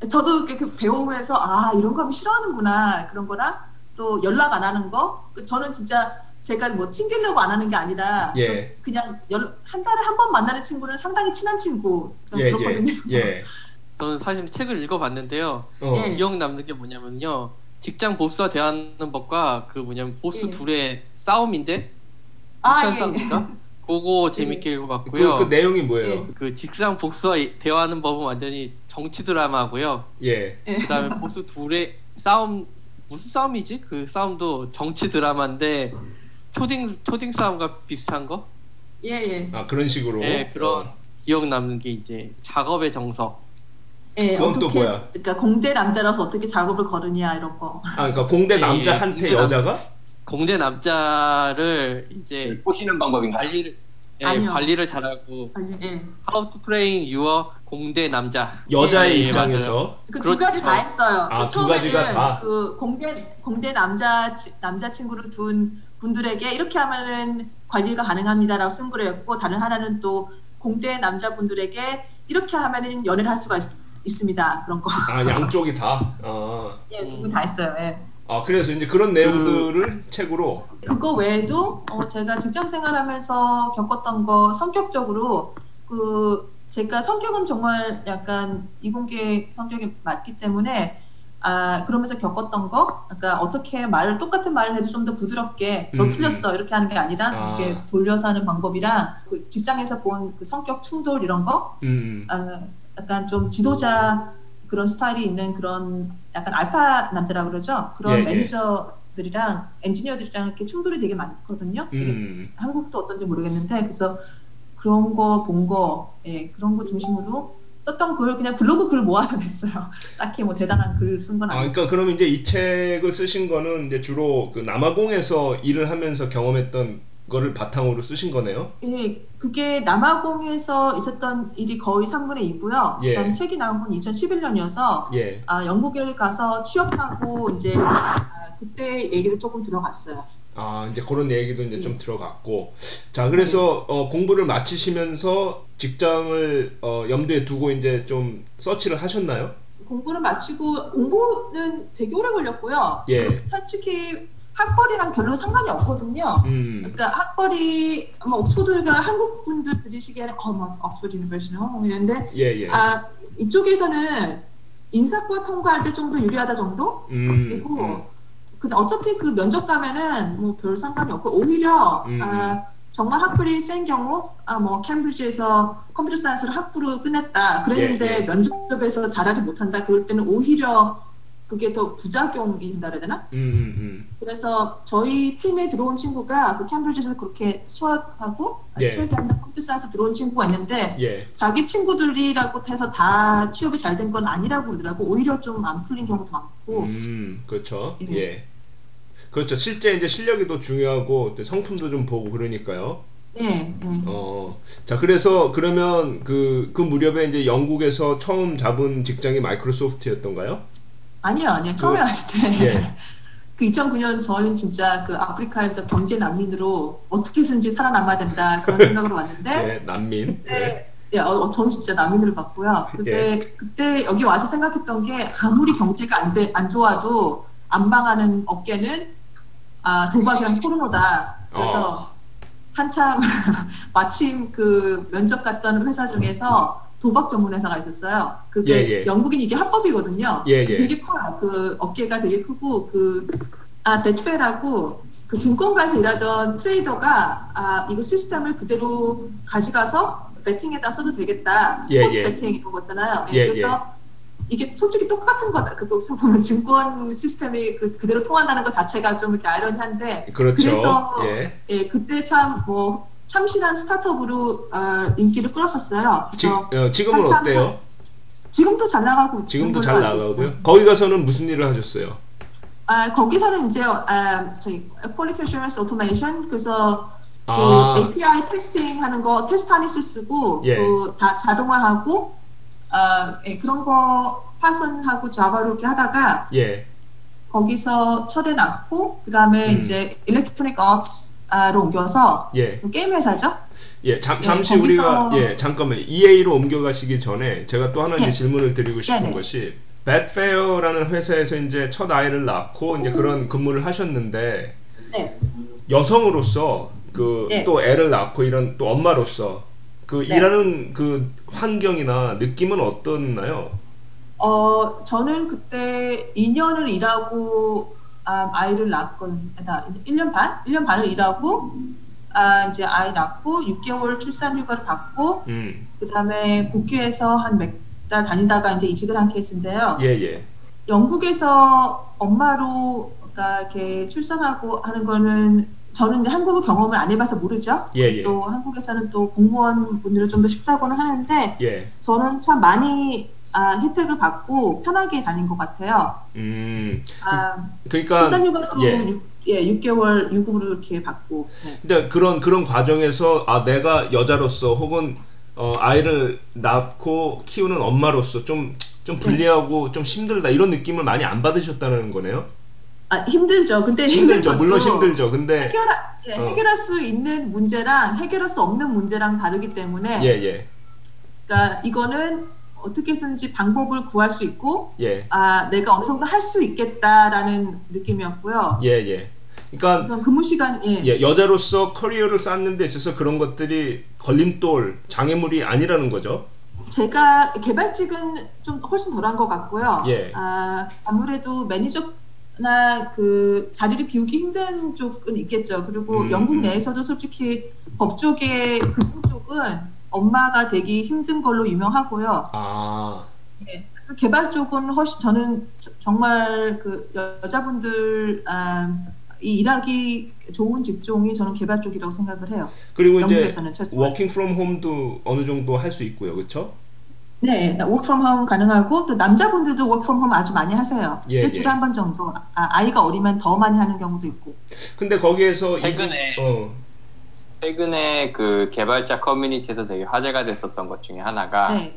Speaker 3: 저도 이렇게 그 배우면서 아 이런 거 하면 싫어하는구나 그런 거랑 또 연락 안 하는 거. 그 저는 진짜 제가 뭐 튕기려고 안 하는 게 아니라
Speaker 1: 예,
Speaker 3: 그냥 연- 한 달에 한 번 만나는 친구는 상당히 친한 친구
Speaker 1: 예, 예,
Speaker 3: 그렇거든요.
Speaker 1: 예.
Speaker 4: 저는 사실 책을 읽어봤는데요.
Speaker 1: 어,
Speaker 3: 예.
Speaker 4: 기억 남는 게 뭐냐면요. 직장 보스와 대하는 법과 그 뭐냐면 보스
Speaker 3: 예.
Speaker 4: 둘의 싸움인데
Speaker 3: [LAUGHS] 아
Speaker 4: 직장
Speaker 3: 예. 네.
Speaker 4: 싸움인가? 그거 재밌게 읽어봤고요.
Speaker 1: 그, 그
Speaker 4: 그,
Speaker 1: 내용이 뭐예요?
Speaker 4: 직장 복수와 이- 대화하는 법은 완전히 정치 드라마고요.
Speaker 1: 예,
Speaker 3: [LAUGHS]
Speaker 4: 그다음에 보스 둘의 싸움 무슨 싸움이지? 그 싸움도 정치 드라마인데
Speaker 1: 음.
Speaker 4: 초딩 초딩 싸움과 비슷한 거
Speaker 3: 예 예.
Speaker 1: 아 그런 식으로. 어.
Speaker 4: 예, 그런. 기억 남는 게 이제 작업의 정석.
Speaker 3: 예,
Speaker 1: 그건 또
Speaker 3: 어떻게
Speaker 1: 뭐야?
Speaker 3: 그러니까 공대 남자라서 어떻게 작업을 거느냐 이런 거.
Speaker 1: 아, 그러니까 공대
Speaker 4: 예,
Speaker 1: 남자한테
Speaker 4: 예.
Speaker 1: 여자가?
Speaker 4: 공대 남자를 이제
Speaker 5: 예,
Speaker 1: 네.
Speaker 5: 꼬시는 방법인가?
Speaker 4: 관리를 예,
Speaker 3: 아니요.
Speaker 4: 관리를 잘하고
Speaker 3: 예.
Speaker 4: How to Train Your 공대 남자.
Speaker 1: 여자의
Speaker 4: 예,
Speaker 1: 입장에서.
Speaker 3: 그 두
Speaker 4: 그렇죠.
Speaker 3: 가지 다 했어요.
Speaker 1: 아,
Speaker 3: 그
Speaker 1: 두 가지가
Speaker 3: 처음에는
Speaker 1: 다.
Speaker 3: 그 공대 공대 남자 치- 남자 친구로 둔 분들에게 이렇게 하면은 관리가 가능합니다라고 쓴 글이었고 다른 하나는 또 공대 남자분들에게 이렇게 하면은 연애를 할 수가 있, 습니다 그런 거.
Speaker 1: 아, 양쪽이 다. 아,
Speaker 3: 예, 두 개 다 했어요. 예.
Speaker 1: 아 그래서 이제 그런 내용들을 책으로.
Speaker 3: 그거 외에도 어, 제가 직장 생활하면서 겪었던 거 성격적으로 그 제가 성격은 정말 약간 이공계 성격이 맞기 때문에 아 그러면서 겪었던 거 그러니까 어떻게 말을 똑같은 말을 해도 좀 더 부드럽게 너
Speaker 1: 음.
Speaker 3: 틀렸어 이렇게 하는 게 아니라
Speaker 1: 아.
Speaker 3: 이렇게 돌려서 하는 방법이랑 그 직장에서 본 그 성격 충돌 이런 거
Speaker 1: 음.
Speaker 3: 아, 약간 좀 지도자 그런 스타일이 있는 그런 약간 알파 남자라 그러죠. 그런
Speaker 1: 예, 예.
Speaker 3: 매니저들이랑 엔지니어들이랑 이렇게 충돌이 되게 많거든요. 되게
Speaker 1: 음.
Speaker 3: 한국도 어떤지 모르겠는데 그래서 그런 거 본 거, 예, 그런 거 중심으로 썼던 글 그냥 블로그 글 모아서 냈어요. [LAUGHS] 딱히 뭐 대단한 글 쓴 건
Speaker 1: 아,
Speaker 3: 아니고.
Speaker 1: 그러니까 그럼 이제 이 책을 쓰신 거는 이제 주로 그 남아공에서 일을 하면서 경험했던 거를 바탕으로 쓰신 거네요.
Speaker 3: 예, 그게 남아공에서 있었던 일이 거의 3분의 2고요.
Speaker 1: 예.
Speaker 3: 그다음 책이 나온 건 2011년이어서
Speaker 1: 예.
Speaker 3: 아, 영국에 가서 취업하고 이제 아, 그때 얘기를 조금 들어갔어요.
Speaker 1: 아, 이제 그런 얘기도 이제 좀 들어갔고. 자, 그래서 어, 공부를 마치시면서 직장을 어, 염두에 두고 이제 좀 서치를 하셨나요?
Speaker 3: 공부를 마치고 공부는 되게 오래 걸렸고요.
Speaker 1: 예.
Speaker 3: 솔직히 학벌이랑 별로 상관이 없거든요.
Speaker 1: 음.
Speaker 3: 그러니까 학벌이 아마 옥스퍼드가 한국 분들 들으시기에는 어막 옥스퍼드 유니버시티 어 이런데
Speaker 1: 예, 예.
Speaker 3: 아 이쪽에서는 인사과 통과할 때 좀 더 유리하다 정도?
Speaker 1: 음.
Speaker 3: 그리고
Speaker 1: 음.
Speaker 3: 근데 어차피 그 면접 가면은 뭐 별 상관이 없고 오히려
Speaker 1: 음.
Speaker 3: 아, 정말 학벌이 센 경우 아 뭐 캠브리지에서 컴퓨터 사이언스를 학부로 끝냈다 그랬는데
Speaker 1: 예, 예.
Speaker 3: 면접에서 잘하지 못한다 그럴 때는 오히려 그게 더 부작용이라 해야 되나?
Speaker 1: 음, 음,
Speaker 3: 그래서 저희 팀에 들어온 친구가 그 캠브리지에서 그렇게 수학하고 아니,
Speaker 1: 예.
Speaker 3: 수학이 아니라 컴퓨터 사이언스 들어온 친구가 있는데
Speaker 1: 음. 예.
Speaker 3: 자기 친구들이라고 해서 다 취업이 잘 된 건 아니라고 그러더라고 오히려 좀 안 풀린 경우도 많고
Speaker 1: 음, 그렇죠.
Speaker 3: 음.
Speaker 1: 예. 그렇죠. 실제 이제 실력이 더 중요하고 또 성품도 좀 보고 그러니까요.
Speaker 3: 네, 네.
Speaker 1: 어. 자, 그래서 그러면 그 그 무렵에 이제 영국에서 처음 잡은 직장이 마이크로소프트였던가요?
Speaker 3: 아니요 아니요 처음에
Speaker 1: 그-
Speaker 3: 왔을 때
Speaker 1: 예.
Speaker 3: 그 2009년 저는 진짜 그 아프리카에서 경제 난민으로 어떻게 해서든지 살아남아야 된다 그런 생각으로 왔는데
Speaker 1: 예, 난민. 예.
Speaker 3: 그때 예, 어, 어, 저는 진짜 난민으로 갔고요. 그때 그때 여기 와서 생각했던 게 아무리 경제가 안, 돼, 안 좋아도 안 망하는 업계는 아, 도박이랑 포르노다. 그래서
Speaker 1: 어.
Speaker 3: 한참 [LAUGHS] 마침 그 면접 갔던 회사 중에서 도박 전문 회사가 있었어요. 그게
Speaker 1: 예, 예.
Speaker 3: 영국인 이게 합법이거든요.
Speaker 1: 예, 예.
Speaker 3: 되게 커요. 그 업계가 되게 크고 그, 그아 베트웰하고 그 증권가에서 일하던 트레이더가 아 이거 시스템을 그대로 가져가서 베팅에다 써도 되겠다.
Speaker 1: 예,
Speaker 3: 스포츠
Speaker 1: 예.
Speaker 3: 베팅 이런 거잖아요.
Speaker 1: 예,
Speaker 3: 그래서 이게 솔직히 똑같은 거다. 그거 보면 증권 시스템이 그, 그대로 통한다는 것 자체가 좀 이렇게 아이러니한데
Speaker 1: 그렇죠.
Speaker 3: 그래서-
Speaker 1: 예.
Speaker 3: 예, 그때 참 뭐 참신한 스타트업으로 어, 인기를 끌었었어요.
Speaker 1: 지,
Speaker 3: 그래서
Speaker 1: 어, 지금은
Speaker 3: 한참
Speaker 1: 어때요?
Speaker 3: 지금도 잘 나가고
Speaker 1: 지금도
Speaker 3: 있는
Speaker 1: 잘
Speaker 3: 걸로 알고 있어요.
Speaker 1: 나가고요. 거기 가서는 무슨 일을 하셨어요?
Speaker 3: 아, 거기서는 이제 아, 저희 퀄리티 어슈런스 오토메이션 그래서 그
Speaker 1: 아,
Speaker 3: API 테스팅 하는 거 테스트 하니스 쓰고
Speaker 1: 예.
Speaker 3: 그 다 자동화하고 아, 예, 그런 거 파슨하고 자바로 이렇게 하다가
Speaker 1: 예.
Speaker 3: 거기서 초대 났고 그다음에
Speaker 1: 음.
Speaker 3: 이제 일렉트로닉 아트로 옮겨서
Speaker 1: 예.
Speaker 3: 게임 회사죠.
Speaker 1: 예, 잠,
Speaker 3: 예,
Speaker 1: 잠시
Speaker 3: 거기서-
Speaker 1: 우리가 예, 잠깐만 EA로 옮겨가시기 전에 제가 또 하나 이제
Speaker 3: 예.
Speaker 1: 질문을 드리고 싶은
Speaker 3: 네, 네.
Speaker 1: 것이 배페어라는 회사에서 이제 첫 아이를 낳고
Speaker 3: 음.
Speaker 1: 이제 그런 근무를 하셨는데
Speaker 3: 네.
Speaker 1: 여성으로서 그
Speaker 3: 네.
Speaker 1: 또 애를 낳고 이런 또 엄마로서 그
Speaker 3: 네.
Speaker 1: 일하는 그 환경이나 느낌은 어떻나요?
Speaker 3: 어, 저는 그때 2년을 일하고 아, 이를 낳건, 아, 1년 반? 1년 반을 일하고 아, 이제 아이 낳고 6개월 출산 휴가를 받고
Speaker 1: 음,
Speaker 3: 그다음에 복귀해서 한 몇 달 다니다가 이제 이직을 한 케이스인데요.
Speaker 1: 예, 예,
Speaker 3: 영국에서 엄마로 그러니까 이렇게 출산하고 하는 거는 저는 이제 한국을 경험을 안 해봐서 모르죠.
Speaker 1: 예, 예,
Speaker 3: 또 한국에서는 또 공무원 분들은 좀 더 쉽다고는 하는데
Speaker 1: 예,
Speaker 3: 저는 참 많이 아, 혜택을 받고 편하게 다닌 것 같아요.
Speaker 1: 음,
Speaker 3: 아,
Speaker 1: 그러니까
Speaker 3: 출산휴가도
Speaker 1: 예.
Speaker 3: 육- 예, 6개월 유급으로 이렇게 받고 네.
Speaker 1: 근데 그런 그런 과정에서 아 내가 여자로서 혹은 어, 아이를 낳고 키우는 엄마로서 좀 좀
Speaker 3: 네.
Speaker 1: 불리하고 좀 힘들다 이런 느낌을 많이 안 받으셨다는 거네요.
Speaker 3: 아, 힘들죠. 근데
Speaker 1: 힘들죠.
Speaker 3: 힘든
Speaker 1: 물론
Speaker 3: 것도
Speaker 1: 힘들죠. 근데
Speaker 3: 해결하, 예,
Speaker 1: 어.
Speaker 3: 해결할 수 있는 문제랑 해결할 수 없는 문제랑 다르기 때문에
Speaker 1: 예, 예.
Speaker 3: 그러니까 이거는 어떻게 쓰는지 방법을 구할 수 있고
Speaker 1: 예.
Speaker 3: 아, 내가 어느 정도 할 수 있겠다라는 느낌이었고요.
Speaker 1: 예, 예. 그러니까
Speaker 3: 우선 근무 시간 예.
Speaker 1: 예, 여자로서 커리어를 쌓는 데 있어서 그런 것들이 걸림돌, 장애물이 아니라는 거죠.
Speaker 3: 제가 개발직은 좀 훨씬 덜한 것 같고요.
Speaker 1: 예.
Speaker 3: 아, 아무래도 매니저나 그 자리를 비우기 힘든 쪽은 있겠죠. 그리고
Speaker 1: 음,
Speaker 3: 영국
Speaker 1: 음.
Speaker 3: 내에서도 솔직히 법 쪽에 그분 쪽은 엄마가 되기 힘든 걸로 유명하고요.
Speaker 1: 아.
Speaker 3: 그래서 개발 쪽은 훨씬 저는 저- 정말 그 여- 여자분들 아, 이 일하기 좋은 직종이 저는 개발 쪽이라고 생각을 해요.
Speaker 1: 그리고 이제
Speaker 3: 영국에서는 최소한.
Speaker 1: 워킹 프롬 홈도 어느 정도 할 수 있고요. 그렇죠?
Speaker 3: 네, 워크프롬홈 가능하고 또 남자분들도 워크프롬홈 아주 많이 하세요.
Speaker 1: 예,
Speaker 3: 일주일에
Speaker 1: 예.
Speaker 3: 한 번 정도. 아, 이가 어리면 더 많이 하는 경우도 있고.
Speaker 1: 근데 거기에서 이직
Speaker 5: 최근에-
Speaker 1: 어.
Speaker 5: 최근에 그 개발자 커뮤니티에서 되게 화제가 됐었던 것 중에 하나가
Speaker 3: 네,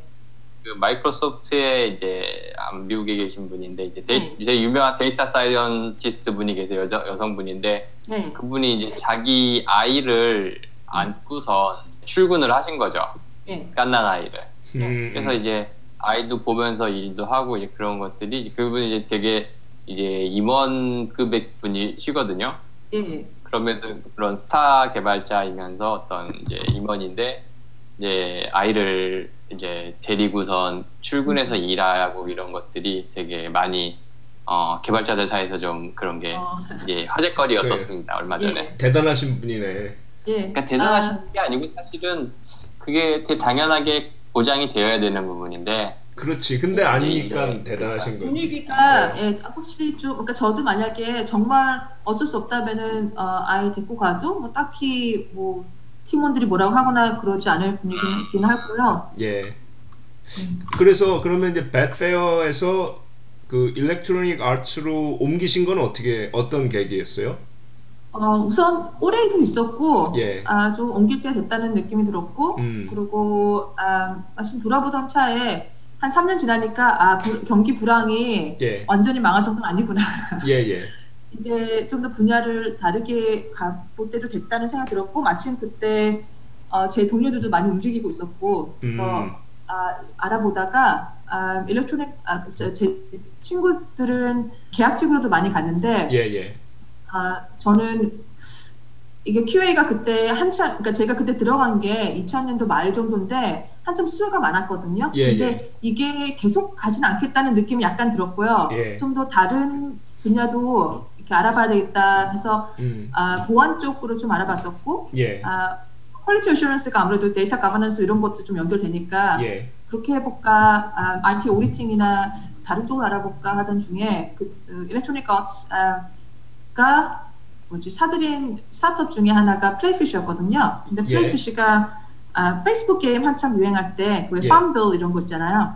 Speaker 5: 그 마이크로소프트에 이제 아, 미국에 계신 분인데 이제, 데이,
Speaker 3: 네.
Speaker 5: 이제 유명한 데이터 사이언티스트 분이 계세요 여자 여성분인데
Speaker 3: 네,
Speaker 5: 그분이 이제 자기 아이를 안고선 출근을 하신 거죠
Speaker 3: 예,
Speaker 5: 갓난 아이를
Speaker 1: 음,
Speaker 5: 그래서 이제 아이도 보면서 일도 하고 이제 그런 것들이 이제 그분이 이제 되게 이제 임원급의 분이시거든요
Speaker 3: 예, 예.
Speaker 5: 그럼에도 그런 스타 개발자이면서 어떤 이제 임원인데 이제 아이를 이제 데리고선
Speaker 3: 음.
Speaker 5: 출근해서 일하고 이런 것들이 되게 많이 어, 개발자들 사이에서 좀 그런 게
Speaker 3: 어,
Speaker 5: 이제 화제거리였었습니다 얼마 전에.
Speaker 3: 예,
Speaker 1: 대단하신 분이네.
Speaker 3: 예.
Speaker 5: 아, 그러니까 대단하신 게 아니고 사실은 그게 되게 당연하게 보장이 되어야 되는 부분인데
Speaker 1: 그렇지. 근데 아니니까 대단하신 거지.
Speaker 3: 분위기가 예, 확실히 좀 그러니까 저도 만약에 정말 어쩔 수 없다면은 어, 아이 데리고 가도 뭐 딱히 뭐 팀원들이 뭐라고 하거나 그러지 않을 분위기긴 하고요.
Speaker 1: 예. 그래서 그러면 이제 배페어에서 그 일렉트로닉 아츠로 옮기신 건 어떻게 어떤 계기였어요?
Speaker 3: 어, 우선 올해도 있었고
Speaker 1: 예.
Speaker 3: 아, 좀 옮길 때가 됐다는 느낌이 들었고
Speaker 1: 음.
Speaker 3: 그리고 아, 마침 돌아보던 차에 한 3년 지나니까 아, 부- 경기 불황이
Speaker 1: 예.
Speaker 3: 완전히 망할 정도는 아니구나. [LAUGHS]
Speaker 1: 예, 예.
Speaker 3: 이제 좀 더 분야를 다르게 가볼 때도 됐다는 생각이 들었고 마침 그때 어, 제 동료들도 많이 움직이고 있었고 그래서
Speaker 1: 음.
Speaker 3: 아, 알아보다가 아, 일렉트로닉 아, 저, 제 친구들은 계약직으로도 많이 갔는데
Speaker 1: 예, 예.
Speaker 3: 아, 저는 이게 QA가 그때 한참, 그러니까 제가 그때 들어간 게 2000년도 말 정도인데 한참 수요가 많았거든요.
Speaker 1: 예,
Speaker 3: 근데
Speaker 1: 예.
Speaker 3: 이게 계속 가진 않겠다는 느낌이 약간 들었고요.
Speaker 1: 예.
Speaker 3: 좀 더 다른 분야도 이렇게 알아봐야 되겠다 해서
Speaker 1: 음.
Speaker 3: 아, 보안 쪽으로 좀 알아봤었고,
Speaker 1: 예.
Speaker 3: 아, 퀄리티 어슈런스가 아무래도 데이터 가버넌스 이런 것도 좀 연결되니까
Speaker 1: 예.
Speaker 3: 그렇게 해볼까, 아, IT 오디팅이나 다른 쪽을 알아볼까 하던 중에 그, 그 일렉트로닉 아, 어츠가 뭐지 사들인 스타트업 중에 하나가 플레이피쉬였거든요. 근데
Speaker 1: 예.
Speaker 3: 플레이피쉬가 아, 페이스북 게임 한참 유행할 때왜
Speaker 1: 예.
Speaker 3: 팜빌 이런 거 있잖아요.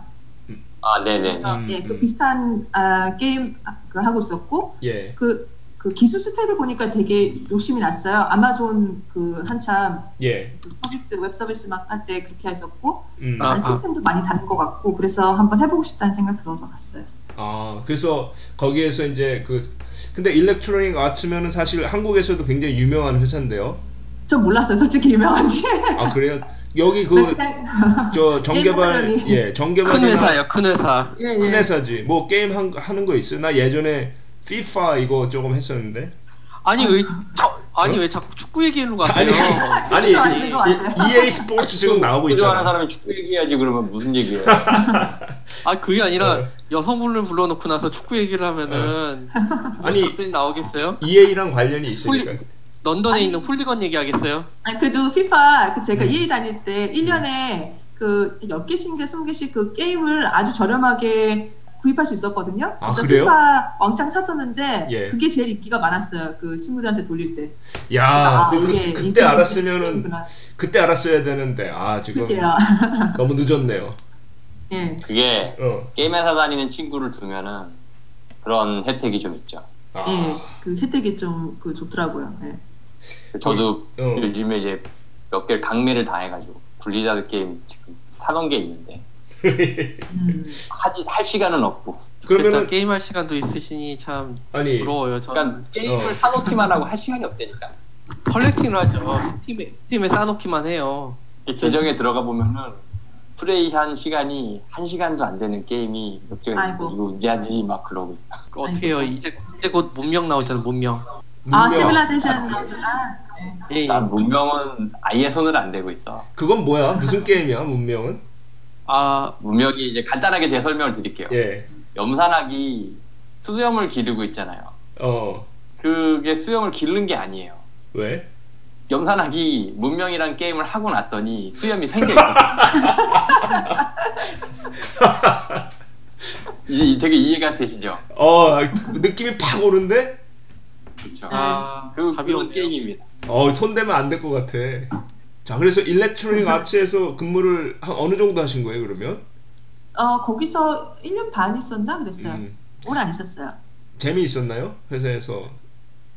Speaker 5: 아, 네네.
Speaker 3: 그래서
Speaker 1: 음,
Speaker 3: 예, 그
Speaker 1: 음.
Speaker 3: 비슷한 아, 게임 그 하고 있었고
Speaker 1: 예.
Speaker 3: 그, 그 기술 스텝을 보니까 되게 욕심이 났어요. 아마존 그 한참
Speaker 1: 예.
Speaker 3: 그 서비스 웹 서비스 막 할 때 그렇게 했었고
Speaker 1: 음.
Speaker 4: 아.
Speaker 3: 다른 시스템도 많이 다른 것 같고 그래서 한번 해보고 싶다는 생각 들어서 갔어요.
Speaker 1: 아, 그래서 거기에서 이제 그 근데 일렉트로닉 아츠면은 사실 한국에서도 굉장히 유명한 회사인데요.
Speaker 3: 전 몰랐어요, 솔직히 유명한지. 네.
Speaker 1: 아, 그래요? 여기
Speaker 3: 그냥-
Speaker 1: 그 저 정개발
Speaker 3: 일본사람이.
Speaker 1: 예, 정개발이나
Speaker 4: 큰 회사예요, 큰 회사.
Speaker 3: 네. 예,
Speaker 1: 큰
Speaker 3: 예.
Speaker 1: 회사지. 뭐 게임 한, 하는 거 있어요? 나 예전에 FIFA 이거 조금 했었는데.
Speaker 4: 아니 왜 저, 아니 왜 자꾸 축구 얘기로 가세요?
Speaker 1: 어? 아니. [LAUGHS] 아니,
Speaker 3: 아, 그런 거 같아요.
Speaker 1: 이- EA 스포츠 지금 나오고
Speaker 5: 구조하는
Speaker 1: 있잖아.
Speaker 5: 사람이 축구 얘기해야지 그러면
Speaker 1: [LAUGHS]
Speaker 5: 무슨 얘기예요?
Speaker 4: 아 그게 아니라
Speaker 1: 네.
Speaker 4: 여성분을 불러놓고 나서 축구 얘기를 하면은
Speaker 1: 아니,
Speaker 4: 갑자기 나오겠어요?
Speaker 1: EA랑 관련이 있으니까.
Speaker 4: 런던에 있는 홀리건 얘기하겠어요?
Speaker 3: 아니, 그래도 FIFA 그 제가
Speaker 1: 음.
Speaker 3: EA 다닐 때 1년에 그 10개씩, 20개씩 그 게임을 아주 저렴하게 구입할 수 있었거든요.
Speaker 1: 아,
Speaker 3: 그래서
Speaker 1: 그래요?
Speaker 3: FIFA 왕창 샀었는데
Speaker 1: 예.
Speaker 3: 그게 제일 인기가 많았어요. 그 친구들한테 돌릴 때.
Speaker 1: 야, 그,
Speaker 3: 아, 이게
Speaker 1: 그, 그때
Speaker 3: 인터넷
Speaker 1: 알았으면은
Speaker 3: 게임이구나.
Speaker 1: 그때 알았어야 되는데 아 지금
Speaker 3: 그게요. [LAUGHS]
Speaker 1: 너무 늦었네요.
Speaker 3: 예.
Speaker 5: 그게
Speaker 1: 어,
Speaker 5: 게임 회사 다니는 친구를 두면은 그런 혜택이 좀 있죠.
Speaker 1: 아,
Speaker 3: 예. 그 혜택이 좀 그 좋더라고요. 예.
Speaker 5: 저도
Speaker 1: 어,
Speaker 5: 요즘에 이제 몇 개를 강매를 당해가지고 분리자드 게임 지금 사놓은 게 있는데
Speaker 3: 음.
Speaker 5: 하지 할 시간은 없고
Speaker 1: 그러면은 예.
Speaker 4: 게임 할 시간도 있으시니 참
Speaker 1: 아니
Speaker 4: 부러워요. 저
Speaker 5: 그러니까 게임을
Speaker 1: 어.
Speaker 5: 사놓기만 하고 할 시간이 없다니까
Speaker 4: 컬렉팅을 하죠. 스팀에 스팀에 쌓아놓기만 해요.
Speaker 5: 이 계정에 들어가 보면은 플레이 한 시간이 한 시간도 안 되는 게임이 몇 개가 있는데 이거
Speaker 3: 아이고.
Speaker 5: 이제지 막 그러고 있어
Speaker 4: 그 어떻게 해요? 이제 이제 곧 문명 나오잖아요. 문명.
Speaker 3: 아,
Speaker 1: 문명.
Speaker 3: 시뮬라이제이션 나오구나.
Speaker 4: 예, 예.
Speaker 5: 난 문명은 아예 손을 안 대고 있어
Speaker 1: 그건 뭐야? 무슨 게임이야? 문명은?
Speaker 4: 아
Speaker 5: 문명이 이제 간단하게 제 설명을 드릴게요
Speaker 1: 예.
Speaker 5: 염산학이 수염을 기르고 있잖아요
Speaker 1: 어.
Speaker 5: 그게 수염을 기르는 게 아니에요
Speaker 1: 왜?
Speaker 5: 염산학이 문명이란 게임을 하고 났더니 수염이 생겨있어. [LAUGHS] 이 되게 이해가 되시죠?
Speaker 1: 어, 느낌이 팍 오는데?
Speaker 5: 그렇죠.
Speaker 4: 아,
Speaker 5: 그
Speaker 4: 답이
Speaker 5: 그런
Speaker 4: 없네요.
Speaker 5: 게임입니다.
Speaker 1: 어, 손대면 안 될 것 같아. 자, 그래서
Speaker 3: 음.
Speaker 1: 일렉트로닉 아츠에서 근무를 한 어느 정도 하신 거예요, 그러면?
Speaker 3: 어, 거기서 1년 반 있었나 그랬어요.
Speaker 1: 음.
Speaker 3: 오래 안 있었어요.
Speaker 1: 재미있었나요? 회사에서.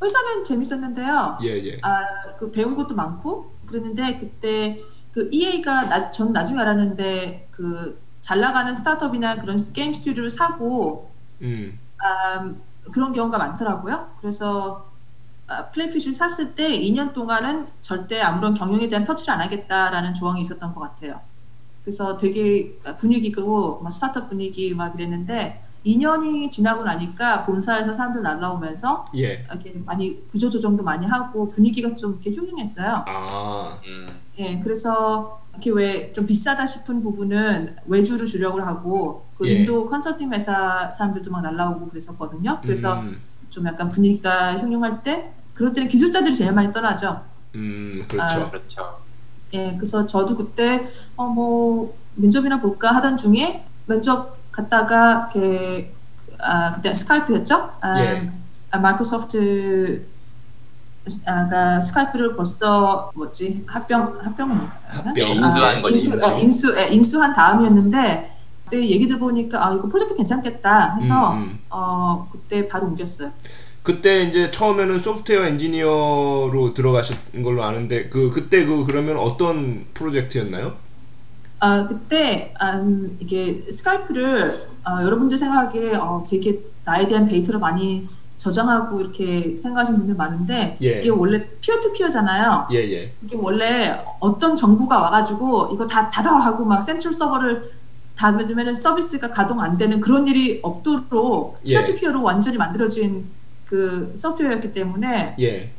Speaker 3: 회사는 재밌었는데요.
Speaker 1: 예, 예.
Speaker 3: 아, 그 배운 것도 많고 그랬는데 그때 그 EA가 나, 전 나중에 알았는데 그 잘 나가는 스타트업이나 그런 게임 스튜디오를 사고
Speaker 1: 음.
Speaker 3: 아, 그런 경우가 많더라고요. 그래서 아, 플레이피쉬를 샀을 때 2년 동안은 절대 아무런 경영에 대한 터치를 안 하겠다라는 조항이 있었던 것 같아요. 그래서 되게 분위기고 막 스타트업 분위기 막 이랬는데 2년이 지나고 나니까 본사에서 사람들 날라오면서
Speaker 1: 예.
Speaker 3: 이렇게 많이 구조 조정도 많이 하고 분위기가 좀 이렇게 흉흉했어요.
Speaker 1: 아.
Speaker 3: 예, 그래서 이렇게 왜 좀 비싸다 싶은 부분은 외주로 주려고 하고 그
Speaker 1: 예.
Speaker 3: 인도 컨설팅 회사 사람들도 막 날라오고 그랬었거든요. 그래서
Speaker 1: 음,
Speaker 3: 좀 약간 분위기가 흉흉할 때 그럴 때는 기술자들이 제일 많이 떠나죠.
Speaker 1: 음, 그렇죠.
Speaker 5: 그렇죠.
Speaker 3: 예, 그래서 저도 그때 어 뭐 면접이나 볼까 하던 중에 왼쪽 갔다가 그, 아, 그때 스카이프였죠? 아,
Speaker 1: 예.
Speaker 3: 아, 마이크로소프트 아가 그러니까 스카이프를 벌써 뭐지 합병 합병
Speaker 1: 합병.
Speaker 5: 인수한 거지,
Speaker 3: 아, 인수, 아,
Speaker 5: 인수.
Speaker 3: 인수 예, 인수한 다음이었는데 그때 얘기 들어보니까 아 이거 프로젝트 괜찮겠다 해서
Speaker 1: 음, 음.
Speaker 3: 어 그때 바로 옮겼어요.
Speaker 1: 그때 이제 처음에는 소프트웨어 엔지니어로 들어가신 걸로 아는데 그 그때 그 그러면 어떤 프로젝트였나요?
Speaker 3: 아 그때 음, 이게 스카이프를 아, 여러분들 생각하기에 어, 되게 나에 대한 데이터를 많이 저장하고 이렇게 생각하시는 분들 많은데
Speaker 1: 예.
Speaker 3: 이게 원래 피어투피어잖아요.
Speaker 1: 예 예.
Speaker 3: 이게 원래 어떤 정부가 와가지고 이거 다 닫아하고 막 센트럴 서버를 닫으면 서비스가 가동 안 되는 그런 일이 없도록
Speaker 1: 예.
Speaker 3: 피어투피어로 완전히 만들어진 그 소프트웨어였기 때문에
Speaker 1: 예.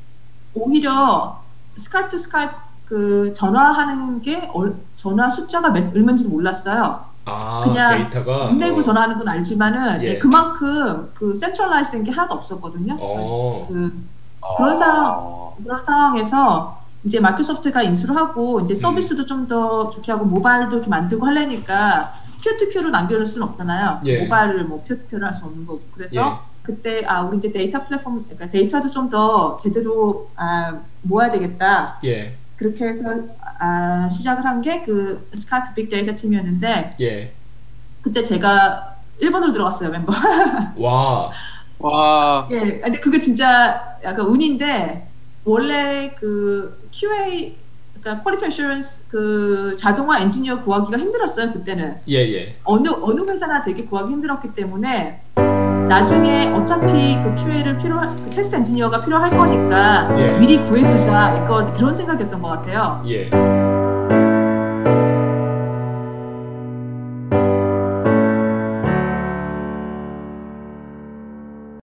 Speaker 3: 오히려 스카이프 투 스카이프 그 전화하는 게 얼- 전화 숫자가 몇, 얼마인지 몰랐어요.
Speaker 1: 아
Speaker 3: 그냥
Speaker 1: 데이터가
Speaker 3: 국내고
Speaker 1: 어.
Speaker 3: 전화하는 건 알지만은
Speaker 1: 예.
Speaker 3: 네, 그만큼 그 센트럴라이즈 된 게 하나도 없었거든요.
Speaker 1: 어.
Speaker 3: 그 그런 사람-
Speaker 5: 어,
Speaker 3: 그런 상황에서 이제 마이크로소프트가 인수를 하고
Speaker 1: 음.
Speaker 3: 이제 서비스도 좀 더 좋게 하고 모바일도 이렇게 만들고 하려니까 퓨어투퓨어로 남겨줄 수는 없잖아요.
Speaker 1: 예.
Speaker 3: 모바일을 뭐 퓨어투퓨어로 할 수 없는 거고 그래서 그때 아 우리 이제 데이터 플랫폼 그러니까 데이터도 좀 더 제대로 아, 모아야 되겠다
Speaker 1: 예.
Speaker 3: 그렇게 해서 아, 시작을 한 게 그 스카이프 빅데이터 팀이었는데
Speaker 1: 예.
Speaker 3: 그때 제가 일본으로 들어갔어요 멤버.
Speaker 1: 와.
Speaker 4: 와,
Speaker 3: 예, 근데 그게 진짜 약간 운인데 원래 그 QA 그러니까 퀄리티 어슈런스 그 자동화 엔지니어 구하기가 힘들었어요 그때는
Speaker 1: 예 예.
Speaker 3: 어느 어느 회사나 되게 구하기 힘들었기 때문에 나중에 어차피 그 QA를 필요 그 테스트 엔지니어가 필요할 거니까
Speaker 1: 예.
Speaker 3: 미리 구해두자 이거 그런 생각이었던 것 같아요.
Speaker 1: 예.